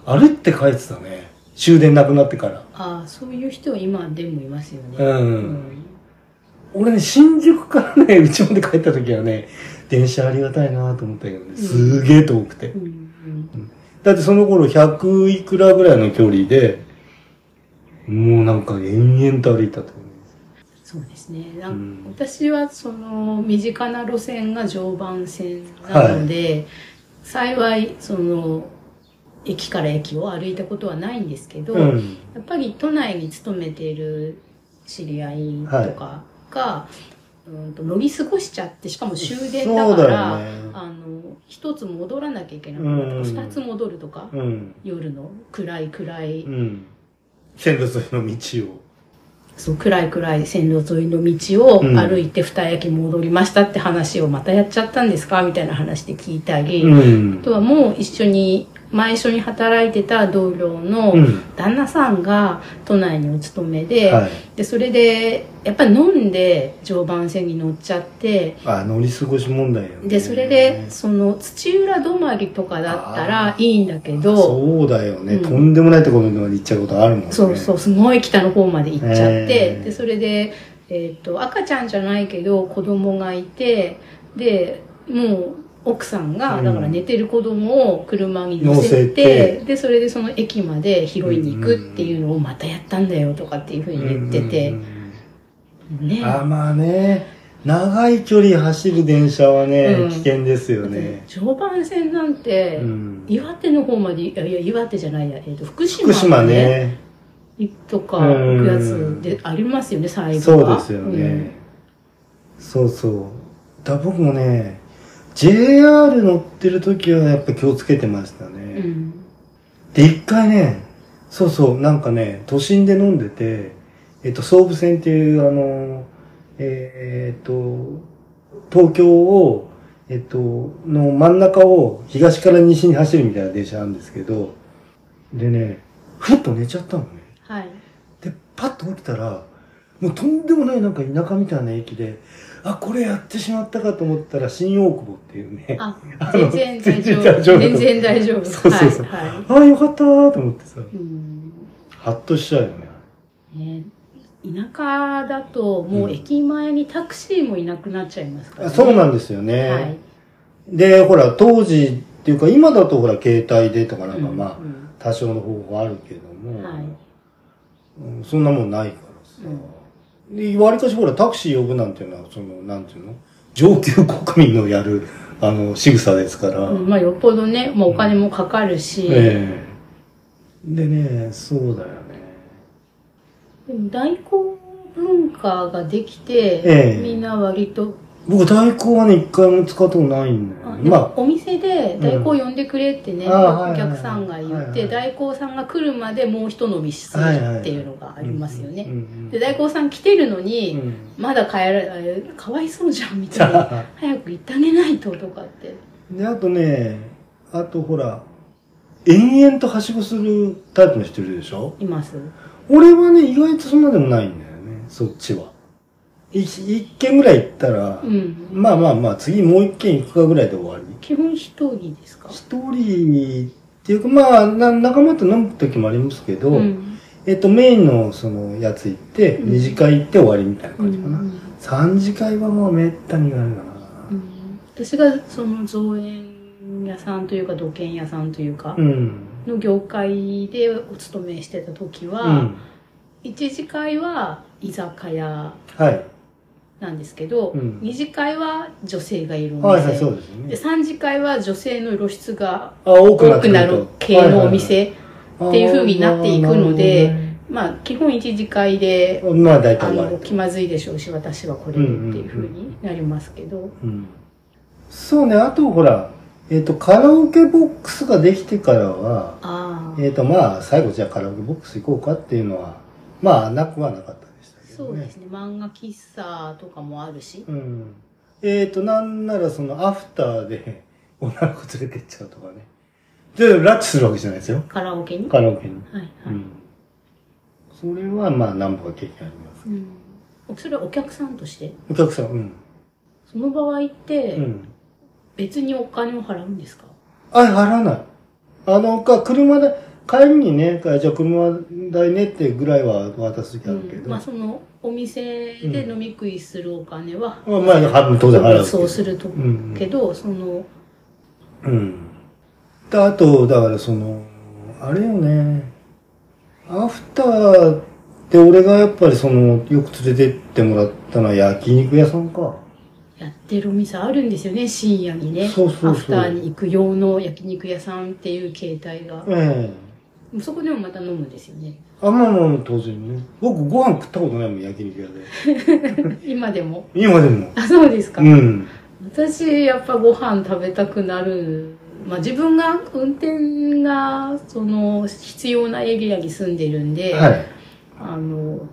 S1: あれって書いてたね。終電なくなってから。
S2: ああ、そういう人は今でもいますよね。
S1: うん
S2: ん
S1: 俺ね、新宿からね、うちまで帰った時はね、電車ありがたいなと思ったけどね、すげえ遠くて
S2: う。ん
S1: だってその頃100いくらぐらいの距離で、もうなんか延々と歩いたと思
S2: そうですねなん
S1: うん
S2: 私はその身近な路線が常磐線なので、幸いその駅から駅を歩いたことはないんですけど、
S1: う。う
S2: や
S1: ん。
S2: っぱり都内に勤めている知り合いとかが、うんと乗り過ごしちゃってしかも終電だ
S1: そう
S2: か
S1: だ
S2: ら
S1: よね
S2: あの一つ戻らなきゃいけなくな
S1: うん
S2: るとか二つ戻るとか、
S1: うん。
S2: 夜の暗い暗い
S1: うん。線路沿いの道を。
S2: そう暗い暗い線路沿いの道を
S1: うん
S2: 歩いて二駅戻りましたって話をまたやっちゃったんですかみたいな話で聞いたり、
S1: ん
S2: あとはもう一緒に前一緒に働いてた同僚
S1: う
S2: の
S1: ん。
S2: 旦那さんが都内にお勤めで,、
S1: はい。
S2: でそれでやっぱり飲んで常磐線に乗っちゃって
S1: あ、乗り過ごし問題よね。
S2: でそれでその土浦止まりとかだったらいいんだけど。
S1: そうだよね。
S2: うん
S1: とんでもないところまで行っちゃうことあるもんね。
S2: そうそう、すごい北の方まで行っちゃっ
S1: え
S2: て、
S1: ー
S2: で、それで、えっ、と、赤ちゃんじゃないけど、子供がいて、で、もう、奥さんが、
S1: うん
S2: だから寝てる子供を車に乗せ
S1: 乗せ
S2: て、で、それでその駅まで拾いに行くっていうのをまたやったんだよとかっていうふうに言ってて、
S1: うんうんうん。
S2: ね。
S1: あ、まあね。長い距離走る電車は
S2: う
S1: ね
S2: ん、
S1: 危険ですよ
S2: だって
S1: ね。
S2: 常磐線なんて、
S1: うん
S2: 岩手の方まで、いや、いや岩手じゃないや、えっ、と、福島、
S1: 福島。ね。
S2: とか、行くやつでありますよね、最後
S1: そう
S2: は。
S1: ですよね、そうそうだ僕もね JR 乗ってる時はやっぱ気をつけてました
S2: う
S1: ね
S2: ん。、うん
S1: で一回ねそうそうなんかね都心で飲んでてえっと総武線っていうあのえーえっと東京をえっとの真ん中を東から西に走るみたいな電車なんですけどでねふっと寝ちゃったのね
S2: はい。
S1: で、パッと起きたら、もうとんでもないなんか田舎みたいな駅で、あ、これやってしまったかと思ったら、新大久保っていうね。
S2: あ
S1: あ、の
S2: 全然大 丈
S1: 全然大丈夫
S2: 夫。全然大丈夫。
S1: そうそうそう
S2: はい。は
S1: ああ、よかったーと思ってさ、
S2: い、うん。
S1: ハッとしちゃうよね。
S2: ね田舎だともう駅前にタクシーもいなくなっちゃいますから、
S1: あそうなんで
S2: で
S1: すよ
S2: す
S1: ね。
S2: はい。
S1: で、ほら、当時っていうか、今だとほら、携帯でとかなんかまあ、
S2: うん
S1: 多少の方法あるけども、
S2: はい
S1: うんそんなもんないからさ。で、わりかしほら、タクシー呼ぶなんていうのは、その、なんていうの上級国民のやる、あの、仕草ですから。
S2: うんまあよっぽどね、もうお金もかかるし、
S1: ええでね、そうだよね。
S2: でも代行文化ができて、
S1: ええ
S2: みんな割と、
S1: 僕、代行はね、一回も使ったことないんだよ
S2: あ
S1: ね。
S2: でも
S1: ま
S2: お店で代行呼んでくれってね、
S1: うんあ
S2: お客さんが言
S1: はいはい
S2: っ
S1: はい
S2: て、代行さんが来るまでもう一伸びしすぎるっていうのが
S1: あ、
S2: ありますよね。
S1: うんうん
S2: で大光さん来てるのに、
S1: うん
S2: まだ帰られかわいそうじゃんみ たいな早く行ってあげないととかって
S1: で、あとね、あとほら、延々とはしごするタイプの人いるでしょ
S2: います
S1: 俺はね、意外とそんなでもないんだよね、そっちは。い一軒ぐらい行ったら
S2: う、ん
S1: まあまあまあ、次もう一軒行くかぐらいで終わり。
S2: 基本一人ですか
S1: 一人っていうか、まあ、な仲間と飲む時もありますけど、
S2: うん
S1: えっと、メインのそのやつ行って、
S2: うん
S1: 二次会行って終わりみたいな
S2: う
S1: 感
S2: ん
S1: じかな。三次会はもうめったにないかな。
S2: うん私がその造園屋さんというか土建屋さんというか
S1: うん。
S2: の業界でお勤めしてた時
S1: う
S2: は、
S1: ん。
S2: 一次会は居酒屋
S1: はい。
S2: なんですけど、
S1: うん
S2: 二次会は女性がいるお店、
S1: はいはい、そうです
S2: で
S1: ね。
S2: 三次会は女性の露出が
S1: あ、多
S2: 多くなる系のお店、っていう風になっていくのでまあ基本一次会
S1: あ
S2: で
S1: ー、まあ大
S2: あ
S1: 体
S2: の
S1: 割
S2: 気まずいでしょうし私はこれでっていう風になりますけど、
S1: うん。そうね、あとほら、えっ、と、カラオケボックスができてからは、
S2: ああ、
S1: えっ、と、まあ、最後じゃあカラオケボックス行こうかっていうのは、まあ、なくはなかったでしたけどね。
S2: そうですね漫画喫茶とかもあるし
S1: うん。えっ、と、なんならそのアフターで女の子連れてっちゃうとかね。で、拉致するわけじゃないですよ。
S2: カラオケに、
S1: カラオケに。
S2: はいはい、
S1: うん。それはまあ、何本か経験あります。
S2: うんそれはお客さんとして
S1: お客さん、うん。
S2: その場合って、
S1: うん。
S2: 別にお金を払うんですか
S1: あ、払わない。あの、か、車で、帰りにね、かじゃあ車代ねってぐらいは渡す時あるけど。
S2: うんまあそのお店で飲み食いするお金は、
S1: まあ、まあ、半分当然払うけど。
S2: そうすると、
S1: ん
S2: けどその
S1: うん。で、あと、だからその、あれよね。アフターって俺がやっぱりその、よく連れてってもらったのは焼肉屋さんか。
S2: やってるお店あるんですよね深夜にね
S1: そうそうそう
S2: アフターに行く用の焼肉屋さんっていう形態が
S1: ええ
S2: そこでもまた飲むんですよね
S1: あ、まあまあ、当然ね。僕ご飯食ったことないもん、焼肉屋で。
S2: 今でも
S1: 今でも。
S2: あそうですか、
S1: うん。
S2: 私やっぱご飯食べたくなるまあ自分が運転がその必要なエリアに住んでるんで、
S1: はい。
S2: あの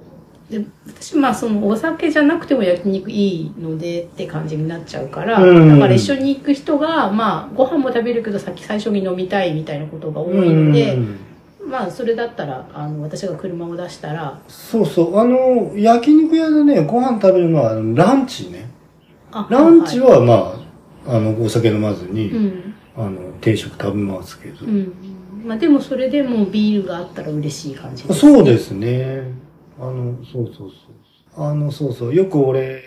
S2: で私まあそのお酒じゃなくても焼肉いいのでって感じになっちゃうから、
S1: うん
S2: だから一緒に行く人がまあご飯も食べるけど先最初に飲みたいみたいなことが多いので、
S1: うん
S2: まあそれだったらあの私が車を出したら
S1: そうそう。あの、焼肉屋でね、ご飯食べるのは、あのランチね。
S2: あ
S1: ランチ
S2: は
S1: は、まあ、あの、お酒飲まずに、
S2: いうん、
S1: あの、定食食べますけど。
S2: うんまあ、でもそれでもうビールがあったら嬉しい感じです
S1: そうですね。あの、そうそうそう。あの、そうそう。よく俺、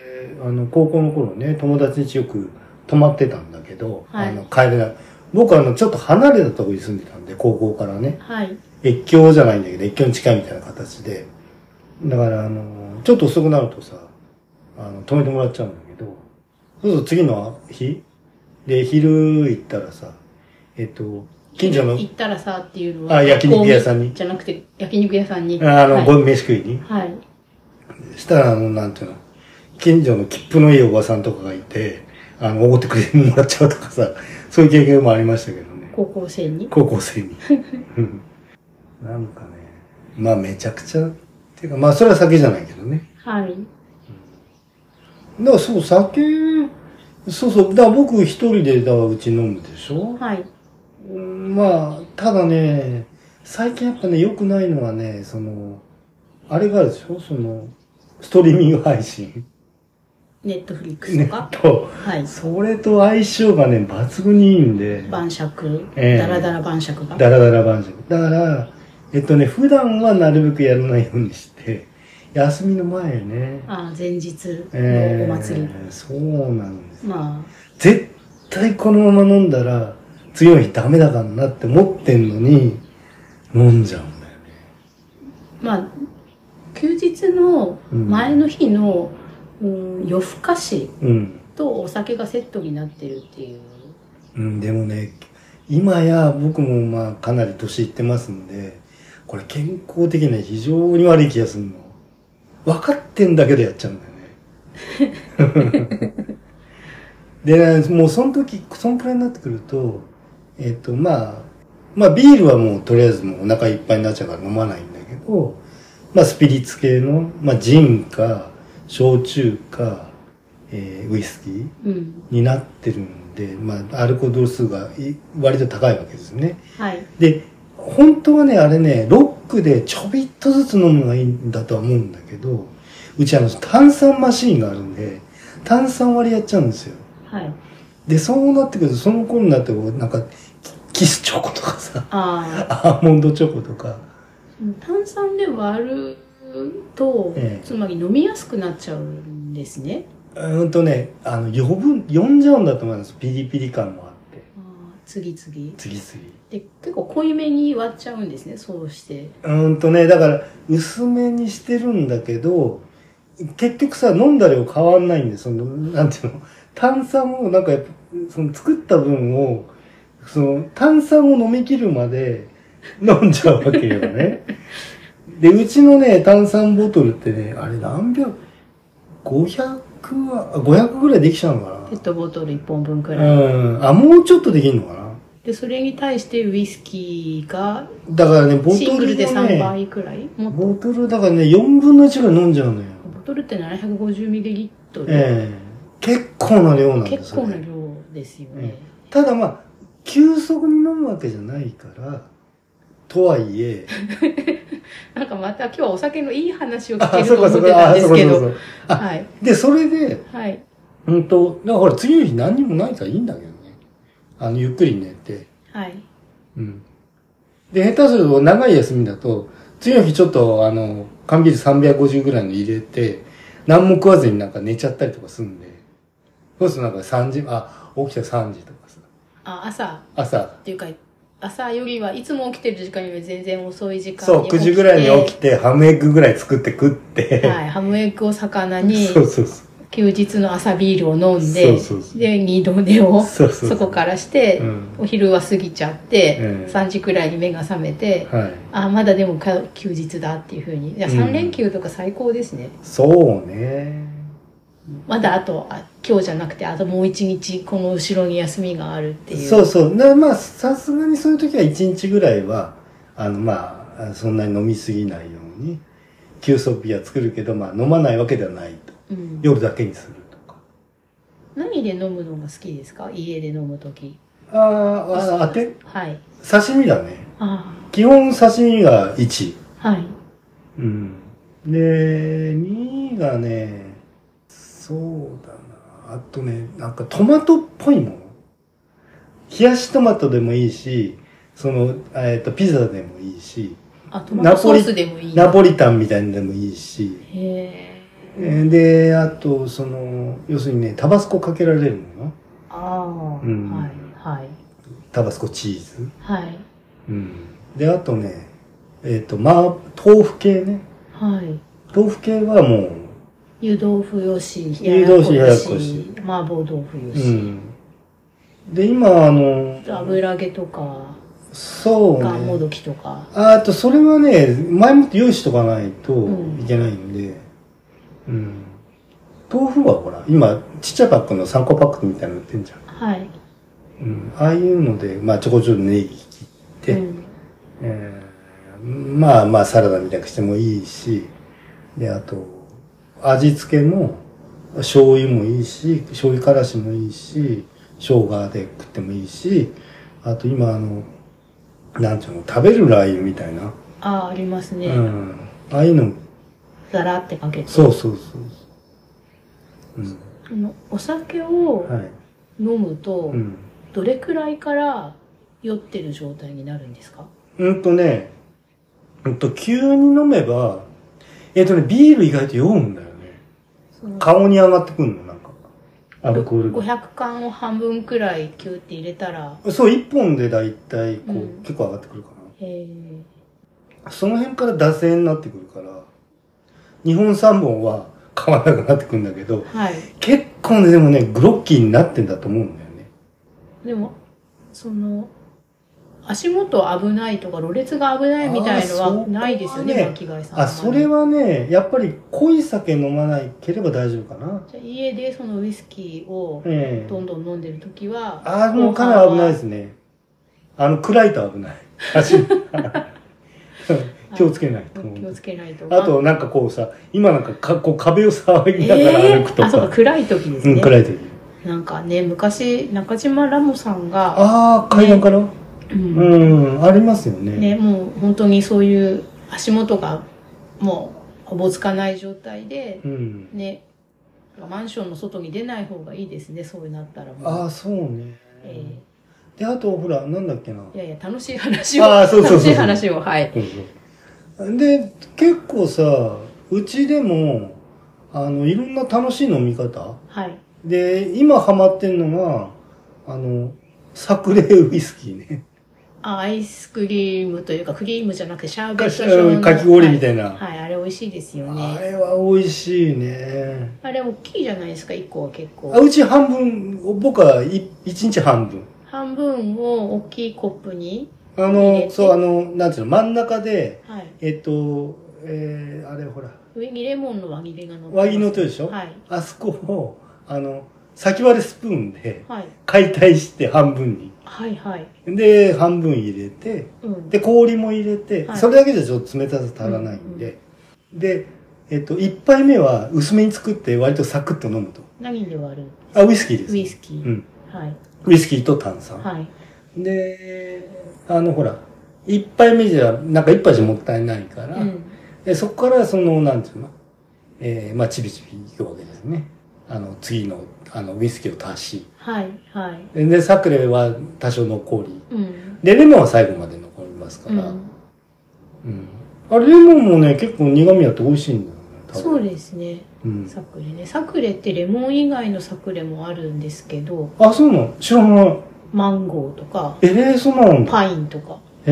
S1: あの、高校の頃ね、友達によく泊まってたんだけど、
S2: はい
S1: あの、帰れない。僕はあの、ちょっと離れたところに住んでたんで、高校からね。
S2: はい
S1: 越境じゃないんだけど、越境に近いみたいな形で。だから、あの、ちょっと遅くなるとさ、あの、止めてもらっちゃうんだけど、そうすると次の日で、昼行ったらさ、えっと、近所の、
S2: 行ったらさっていうのは
S1: あ、焼肉屋さんに、
S2: じゃなくて焼肉屋さんに
S1: あの、
S2: はい
S1: ご飯食いに。
S2: はい
S1: したら、あの、なんていうの、近所の切符のいいおばさんとかがいて、あの、おごってくれてもらっちゃうとかさ、そういう経験もありましたけどね。
S2: 高校生に
S1: 高校生に。うんなんかね、まあめちゃくちゃ、っていうか、まあそれは酒じゃないけどね。
S2: はい
S1: だからそう、酒、そうそう、だから僕一人で、だからうち飲むでしょ
S2: はい
S1: うんまあ、ただね、最近やっぱね、良くないのはね、その、あれがあるでしょその、ストリーミング配信。
S2: ネットフリックス
S1: ね
S2: とか、
S1: と、
S2: はい
S1: それと相性がね、抜群にいいんで。
S2: 晩酌、
S1: ええ
S2: だらだら晩酌が。
S1: ダラダラ晩酌。だから、えっとね、普段はなるべくやらないようにして、休みの前ね。
S2: ああ前日
S1: えー
S2: のお祭り。
S1: そうなんです。
S2: ま
S1: 絶対このまま飲んだら、次の日ダメだからなって思ってんのに、飲んじゃうんだよね。
S2: あ、まあ、休日の
S1: うん
S2: 前の日の、うん、夜更かし
S1: うん。
S2: とお酒がセットになってるっていう。
S1: うん、でもね、今や僕もまあかなり年いってますんで、これ健康的には非常に悪い気がするの。分かってんだけどやっちゃうんだよね。で、もうその時、そのくらいになってくると、えっ、とまあ、まあビールはもうとりあえずもうお腹いっぱいになっちゃうから飲まないんだけど、まあスピリッツ系の、まあジンか、焼酎か、えーウイスキー。
S2: うん。
S1: になってるんで、まあ、アルコール度数がい割と高いわけですね。
S2: はい。
S1: で、本当はね、あれね、ロックでちょびっとずつ飲むのがいいんだとは思うんだけど、うちあの炭酸マシーンがあるんで、炭酸割りやっちゃうんですよ。
S2: はい。
S1: で、そうなってくると、その頃になってこう、なんか、キキスチョコとかさ、
S2: ああ、
S1: アーモンドチョコとか、
S2: 炭酸で割ると、
S1: ええ
S2: つまり飲みやすくなっちゃうんですね。
S1: うーんとね、あの、余分、呼んじゃうんだと思います。ピリピリ感もあって。
S2: ああ次々。
S1: 次々。
S2: で、結構濃いめに割っちゃうんですね、そうして。
S1: うーんとね、だから、薄めにしてるんだけど、結局さ、飲んだ量変わんないんで、その、なんていうの、炭酸を、なんかやっぱ、その作った分を、その、炭酸を飲み切るまで 飲んじゃうわけよね。で、うちのね、炭酸ボトルってね、あれ何秒 ?500 は、あ500ぐらいできちゃうのか
S2: ペットボトル1本分くらい。
S1: なうん。あ、もうちょっとできんのかな
S2: で、それに対してウイスキーが
S1: だからね、ボトル、ね、
S2: シングルで3倍くらい、もっと
S1: ボトルだからね、4分の1ぐらい飲んじゃうのよ。
S2: ボトルって750ミリリットル。
S1: ええ結構な量なんです
S2: 結構な量ですよね。
S1: ただまあ、急速に飲むわけじゃないから、とはい え、
S2: なんかまた今日はお酒のいい話を聞け
S1: あ、
S2: る
S1: そ
S2: と
S1: う
S2: 思
S1: か
S2: っ
S1: そ
S2: て
S1: うか、
S2: た
S1: あ、
S2: んで
S1: そう
S2: す
S1: か
S2: け
S1: そうかそ
S2: ど。
S1: うか。あ、
S2: はい。
S1: で、それで、
S2: はい。
S1: うんと、だからほら次の日何にもないからいいんだけどね。あの、ゆっくり寝て。
S2: はい。
S1: うん。で、下手すると長い休みだと、次の日ちょっとあの、缶ビール350ぐらいの入れて、何も食わずになんか寝ちゃったりとかすんで、そうするとなんか3時、あ、起きた3時とかさ、
S2: あ、朝
S1: 朝、
S2: っていうか、朝よりはいつも起きてる時間より全然遅い時間
S1: そう、
S2: に
S1: 9時ぐらいに起きて、ハムエッグぐらい作って食って、
S2: はい。ハムエッグを魚 に、
S1: そうそうそう。
S2: 休日の朝ビールを飲んで、
S1: そうそうそう
S2: で、二度寝を
S1: そうそうそう
S2: そこからして、
S1: うん
S2: お昼は過ぎちゃって、
S1: ええ
S2: 3時くらいに目が覚めて、
S1: はい。
S2: あまだでもか休日だっていうふうにいや
S1: うん
S2: 3連休とか最高ですね、
S1: そうね。
S2: まだあとあ今日じゃなくてあともう一日この後ろに休みがあるっていう
S1: そうそう。なまあ、さすがにそういう時は1日ぐらいは、あの、まあ、そんなに飲みすぎないように、休息日は作るけど、まあ、飲まないわけではないと。
S2: うん、
S1: 夜だけにするとか。
S2: 何で飲むのが好きですか家で飲む時
S1: あーあ、あて
S2: はい
S1: 刺身だね。
S2: あ
S1: 基本刺身が1。
S2: あはい
S1: うん。で、2がね、そうだな。あとね、なんかトマトっぽいもの。冷やしトマトでもいいし、その、えっ、と、ピザでもいいし、
S2: あトマトソースでもいい
S1: ナポリタンみたいなのでもいいし、
S2: へ
S1: え
S2: え
S1: ーで、あと、その、要するにね、タバスコかけられるもの。
S2: ああ、
S1: ん
S2: はいはい
S1: タバスコチーズ。
S2: はい
S1: うん。で、あとね、えっ、と、まあ、豆腐系ね。
S2: はい
S1: 豆腐系はもう、
S2: 湯豆腐よし
S1: 湯豆腐
S2: や
S1: やや
S2: やこ
S1: こ
S2: し
S1: し
S2: 麻婆豆腐よ
S1: う
S2: し、
S1: ん。で、今、あの、
S2: 油揚げとか
S1: そう
S2: がんも
S1: ね。
S2: どきとか
S1: あと、それはね、前もって用意しとかないと
S2: うん
S1: いけないんで、うん。豆腐はほら、今、ちっちゃいパックの3個パックみたいなの売ってんじゃん。
S2: はい
S1: うん。ああいうので、まあ、ちょこちょこネギ切って、
S2: うん
S1: えーまあまあ、サラダみたいにしてもいいし、で、あと、味付けも、醤油もいいし、醤油からしもいいし、生姜で食ってもいいし、あと今あの、なんていうの、食べるラー油みたいな。
S2: ああありますね、
S1: うん。ああいうの、
S2: ザラってかけて
S1: そうそうそう。
S2: あのお酒を
S1: うん。はい。
S2: 飲むと、
S1: うん。
S2: どれくらいから酔ってる状態になるんですか
S1: うんとね、うんと、急に飲めば、えっ、とね、ビール意外と酔うんだよね。
S2: その
S1: 顔に上がってくるの、なんか。アルコールが。
S2: 500缶を半分くらいキューって入れたら
S1: そう、一本でだいたい、こう、
S2: うん
S1: 結構上がってくるか
S2: え
S1: な。その辺から脱線になってくるから、2本3本は買わなくなってくるんだけど
S2: ー、、はい
S1: 結構ね、でもね、グロッキーになってんだと思うんだよね。
S2: でもその足元危ないとかろれつが危ないみたいの
S1: あーそこ
S2: は
S1: はね
S2: ないですよね巻貝さん
S1: あ、それはね、やっぱり濃い酒飲まないければ大丈夫かな。
S2: じゃあ家でそのウイスキーを
S1: ええ
S2: どんどん飲んでる時は、
S1: ああ、もうかなり危ないですね。あの、暗いと危 ない。足気をつけないと思
S2: 気を
S1: う。
S2: つけないと
S1: あと、なんかこうさ、今なんかかこう壁を触りながら歩くと
S2: えーあそう
S1: か
S2: か。暗い時です
S1: う
S2: ね、
S1: ん、暗い時。
S2: なんかね昔中島ラモさんが、
S1: ああ、階段から、
S2: うん
S1: うん、ありますよね。
S2: ね、もう本当にそういう足元がもうおぼつかない状態で、
S1: うん。
S2: ね、マンションの外に出ない方がいいですねそうなったらもう
S1: ああ、そうね。
S2: え
S1: で、あと、ほら、なんだっけな。
S2: ーいやいや楽しい話を
S1: あーそうそうそうそう
S2: 楽しい話をはい
S1: そうそうで、結構さ、うちでも、あの、いろんな楽しい飲み方。
S2: はい
S1: で、今ハマってんのが、あの、作例ウイスキーね。
S2: あアイスクリームというか、クリームじゃなくてシャーベッ
S1: か
S2: ト状の
S1: かき氷みたいな。
S2: はい、はいあれ美味しいですよ
S1: あ
S2: ね。
S1: れは美味しいね。
S2: あれ大きいじゃないですか、1個は結
S1: あ
S2: 構。
S1: うち半分、僕はい一日半分。
S2: 半分を大きいコップに。
S1: あ
S2: 入れ
S1: の、
S2: て
S1: そう、あの、なんていうの、真ん中で、
S2: はい。
S1: えっと、えー、あれほら、
S2: 上にレモンの輪切りが乗ってま
S1: 輪
S2: す。
S1: 切りの手でしょ
S2: はい。
S1: あそこを、あの、先割れスプーンで
S2: はい。
S1: 解体して半分に。
S2: はいはい。
S1: で、半分入れて、
S2: うん。
S1: で、氷も入れて、
S2: はい
S1: それだけじゃちょっと冷たさ足らないんで、で、えっと、一杯目は薄めに作って割とサクッと飲むと。
S2: 何で割る
S1: あ、ウイスキーです。
S2: ウイスキー。
S1: うん。
S2: はい。
S1: ウイスキーと炭酸。
S2: はい。
S1: で、あの、ほら、一杯目じゃ、なんか一杯じゃもったいないから、
S2: うん。
S1: でそこからその、なんていうの、えー、まあ、ちびちびいくわけですね。あの、次の、あの、ウイスキーを足し。
S2: はい。はい。
S1: でで、サクレは多少残り。
S2: うん。
S1: で、レモンは最後まで残りますか
S2: う
S1: ら。
S2: ん。
S1: うん。あれ、レモンもね、結構苦味あって美味しいんだよね、多分
S2: そうですね。
S1: うん。
S2: サクレね。サクレってレモン以外のサクレもあるんですけど、
S1: あ、そうなの知らない。
S2: マンゴーとか、
S1: えー、そうなんだ。
S2: パインとか。
S1: へ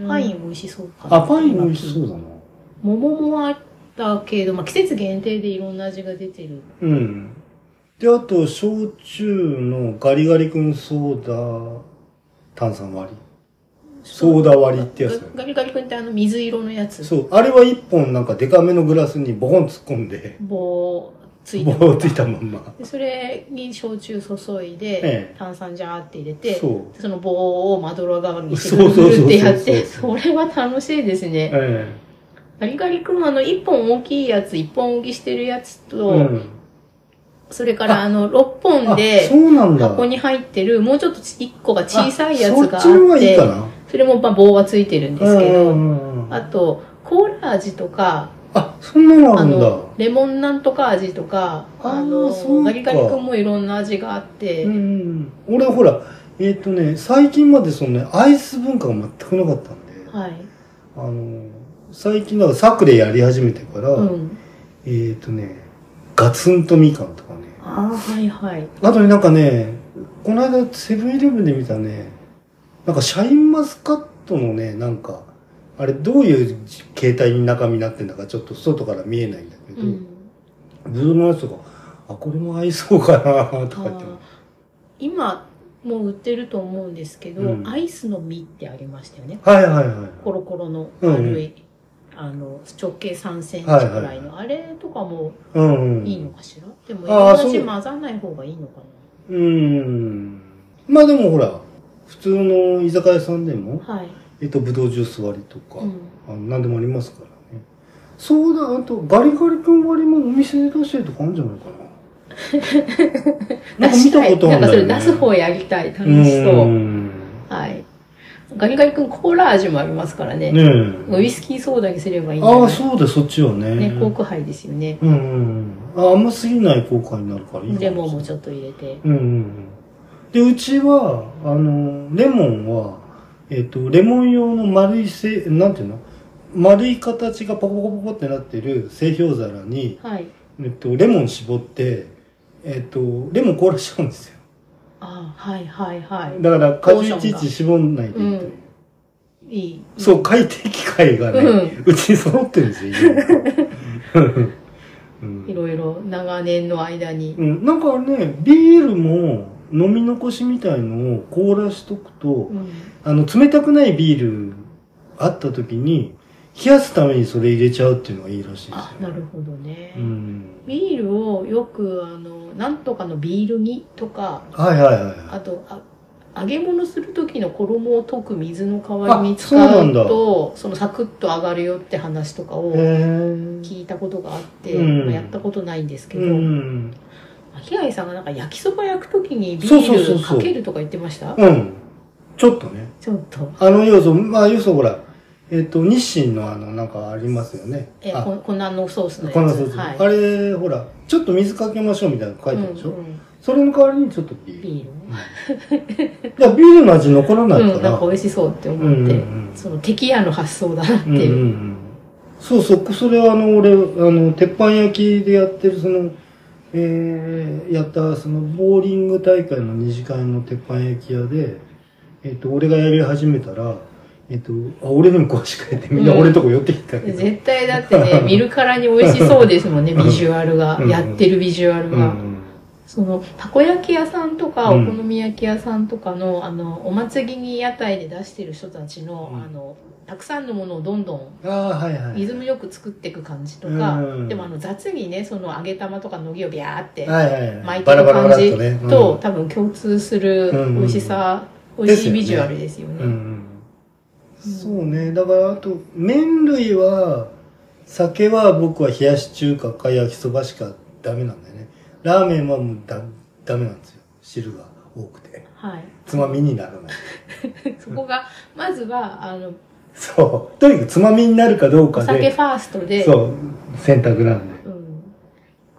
S1: ー。
S2: パイン美味しそうかな。
S1: あ、パイン美味しそうだな。
S2: 桃もあったけど、まあ、季節限定でいろんな味が出てる。
S1: うん。で、あと、焼酎のガリガリ君ソーダ、炭酸割り。ソーダ割りってやつだよね
S2: ガリガリ君ってあの水色のやつ。
S1: そう、あれは一本なんかデカめのグラスにボコン突っ込んで、
S2: 棒つい
S1: 棒
S2: た。
S1: をついたまんま。
S2: でそれに焼酎注いで、
S1: ええ
S2: 炭酸ジャーって入れて
S1: そ
S2: その棒をまどろ代わりにして
S1: そうそうそうそう
S2: ぐるってやって
S1: そ
S2: それは楽しいですね、
S1: え
S2: ガリガリ君はあの1本大きいやつ1本置きしてるやつ
S1: え。
S2: と、
S1: うん。
S2: それからあの6本
S1: あ、そ
S2: で
S1: うなんだ。
S2: 箱に入ってるもうちょっと1個が小さいやつがあ
S1: あ
S2: っ
S1: そっちの方がい
S2: て
S1: いかな。
S2: それもまあ棒はついてるんですけ
S1: うん
S2: ど、
S1: うんうん
S2: あとコーラ味とか
S1: あ、そんなのあ
S2: あ
S1: るんだ。
S2: のレモンなんとか味とか
S1: あー
S2: あ
S1: そう
S2: の
S1: か
S2: ガリガリ君もいろんな味があって、
S1: うんうんうん。俺ほら、えっ、とね、最近までそのね、アイス文化が全くなかったんで、
S2: はい、
S1: あの、最近だからサクレやり始めてから、
S2: うん、
S1: えっ、とね、ガツンとみかんとかね。
S2: ああはいはい
S1: あとね、なんかね、この間セブンイレブンで見たね、なんかシャインマスカットのね、なんか、あれどういう形態に中身になってんだかちょっと外から見えないんだけど、
S2: うん
S1: ブドウのやつとか、あ、これも合いそうかなとか言って。
S2: あー今もう売ってると思うんですけど、
S1: うん
S2: アイスの実ってありましたよね
S1: はいはいはい。
S2: コロコロの
S1: うんうん
S2: 丸い、あの直径3センチくらいの、あれとかも
S1: うん、うん。
S2: いいのかしら、でもい
S1: あー
S2: ろんな味
S1: そう
S2: 混ざんない方がいいのか
S1: うん。まあでもほら、普通の居酒屋さんでも、
S2: なはい、
S1: えっと、ブドウジュース割りとか、
S2: うん、
S1: あの何でもありますからね。そうだ、あと、ガリガリ君割りもお店で出してるとかあるんじゃないか な。なんか見たことある
S2: なんん
S1: だ
S2: か
S1: よ、
S2: それ
S1: ね。
S2: 出す方やりたい楽
S1: うん
S2: しそうはいガリガリ君コーラ味もありますからねウ
S1: ねえ。
S2: イスキーソーダにすればいいんじゃ
S1: あ
S2: な
S1: あ、
S2: い
S1: そうだ、そっちはね。
S2: ね、コーク杯ですよね。
S1: うんうんうん。あ甘すぎない効果になるからいいかもしれ
S2: レ
S1: ない
S2: モンもちょっと入れて。
S1: うんうんうん。で、うちは、あの、レモンは、えっ、と、レモン用の丸いせ、なんていうの丸い形がポコポコポコってなってる製氷皿に、
S2: はい。
S1: えっと、レモン絞って、えっと、レモン凍らしちゃうんですよ。
S2: ああ、はいはいは
S1: だから、果
S2: ポーショ
S1: 汁
S2: ン
S1: い
S2: が
S1: ちいち絞んないといけない。
S2: うんい。いい。
S1: そう、快適機械がね、
S2: う
S1: うちに揃ってるんですよ、今 う
S2: い
S1: ん
S2: ろいろ長年の間に。
S1: うん。なんかね、ビールも飲み残しみたいのを凍らしとくと、
S2: うん。
S1: あの、冷たくないビールあった時に、冷やすためにそれ入れちゃうっていうのがいいらしいですよ。
S2: あ、なるほどね。
S1: うん。
S2: ビールをよく、あの、なんとかのビール煮とか、
S1: はいはいはいは
S2: あと、あ揚げ物する時の衣を溶く水の代わりに使
S1: あそうなん
S2: う
S1: だ
S2: とそのサクッと上がるよって話とか
S1: い。へ
S2: を
S1: え。
S2: 聞いたことがあって、
S1: うん
S2: まあやったことないんですけ
S1: う
S2: ど、
S1: ん。
S2: ひらいさんがなんか焼きそば焼くときにビ
S1: そうそう
S2: ー
S1: そう
S2: ル
S1: そう
S2: かけるとか言ってました
S1: うん。ちょっとね。
S2: ちょっと、
S1: あの要素、まあ要素ほら、えっ、と、日清のあの、なんかありますよね。
S2: え
S1: あ、
S2: こ粉のソースのやつ
S1: このソース、
S2: はい
S1: あれ、ほら、ちょっと水かけましょうみたいなの書いてあるでしょ、
S2: うんうん
S1: それの代わりにちょっとビール。
S2: ビールね
S1: だからビールの味残らないから。
S2: うん、なんか美味しそうって思って、
S1: うんうんうん
S2: その敵屋の発想だなって
S1: うんうん
S2: いう、
S1: うん、そうそう、それはあの、俺、あの、鉄板焼きでやってるその、えーやった、その、ボーリング大会の二次会の鉄板焼き屋で、えっ、と、俺がやり始めたら、えっ、と、あ、俺にも詳しくやって、みんな
S2: うん
S1: 俺のとこ寄ってきたけど。
S2: 絶対だってね、見るからに美味しそうですもんね、ビジュアルが
S1: う。ん
S2: やってるビジュアル
S1: うんう
S2: が。
S1: ん。
S2: その、たこ焼き屋さんとか、お
S1: う
S2: 好
S1: ん
S2: み焼き屋さんとかの、あの、お祭りに屋台で出してる人たちの、
S1: うん
S2: あの、たくさんのものをどんどん
S1: ああ、はいはい。
S2: リズムよく作っていく感じとか、
S1: うん
S2: でもあの雑にね、その揚げ玉とかのぎをビャーって
S1: はいはいはい。
S2: 巻いてる感じと、
S1: ね
S2: 多分共通する美味しさ、
S1: ん
S2: 美味しいビジュアルですよね。
S1: うんうんそうね。だから、あと、麺類は、酒は僕は冷やし中華か焼きそばしかダメなんだよね。ラーメンはもうだダメなんですよ。汁が多くて。
S2: はい。
S1: つまみにならない。
S2: そこが、まずは、あの、
S1: そう。とにかくつまみになるかどう
S2: お
S1: か
S2: 酒
S1: で、
S2: ファーストで、
S1: そう、選択なんで。
S2: うん。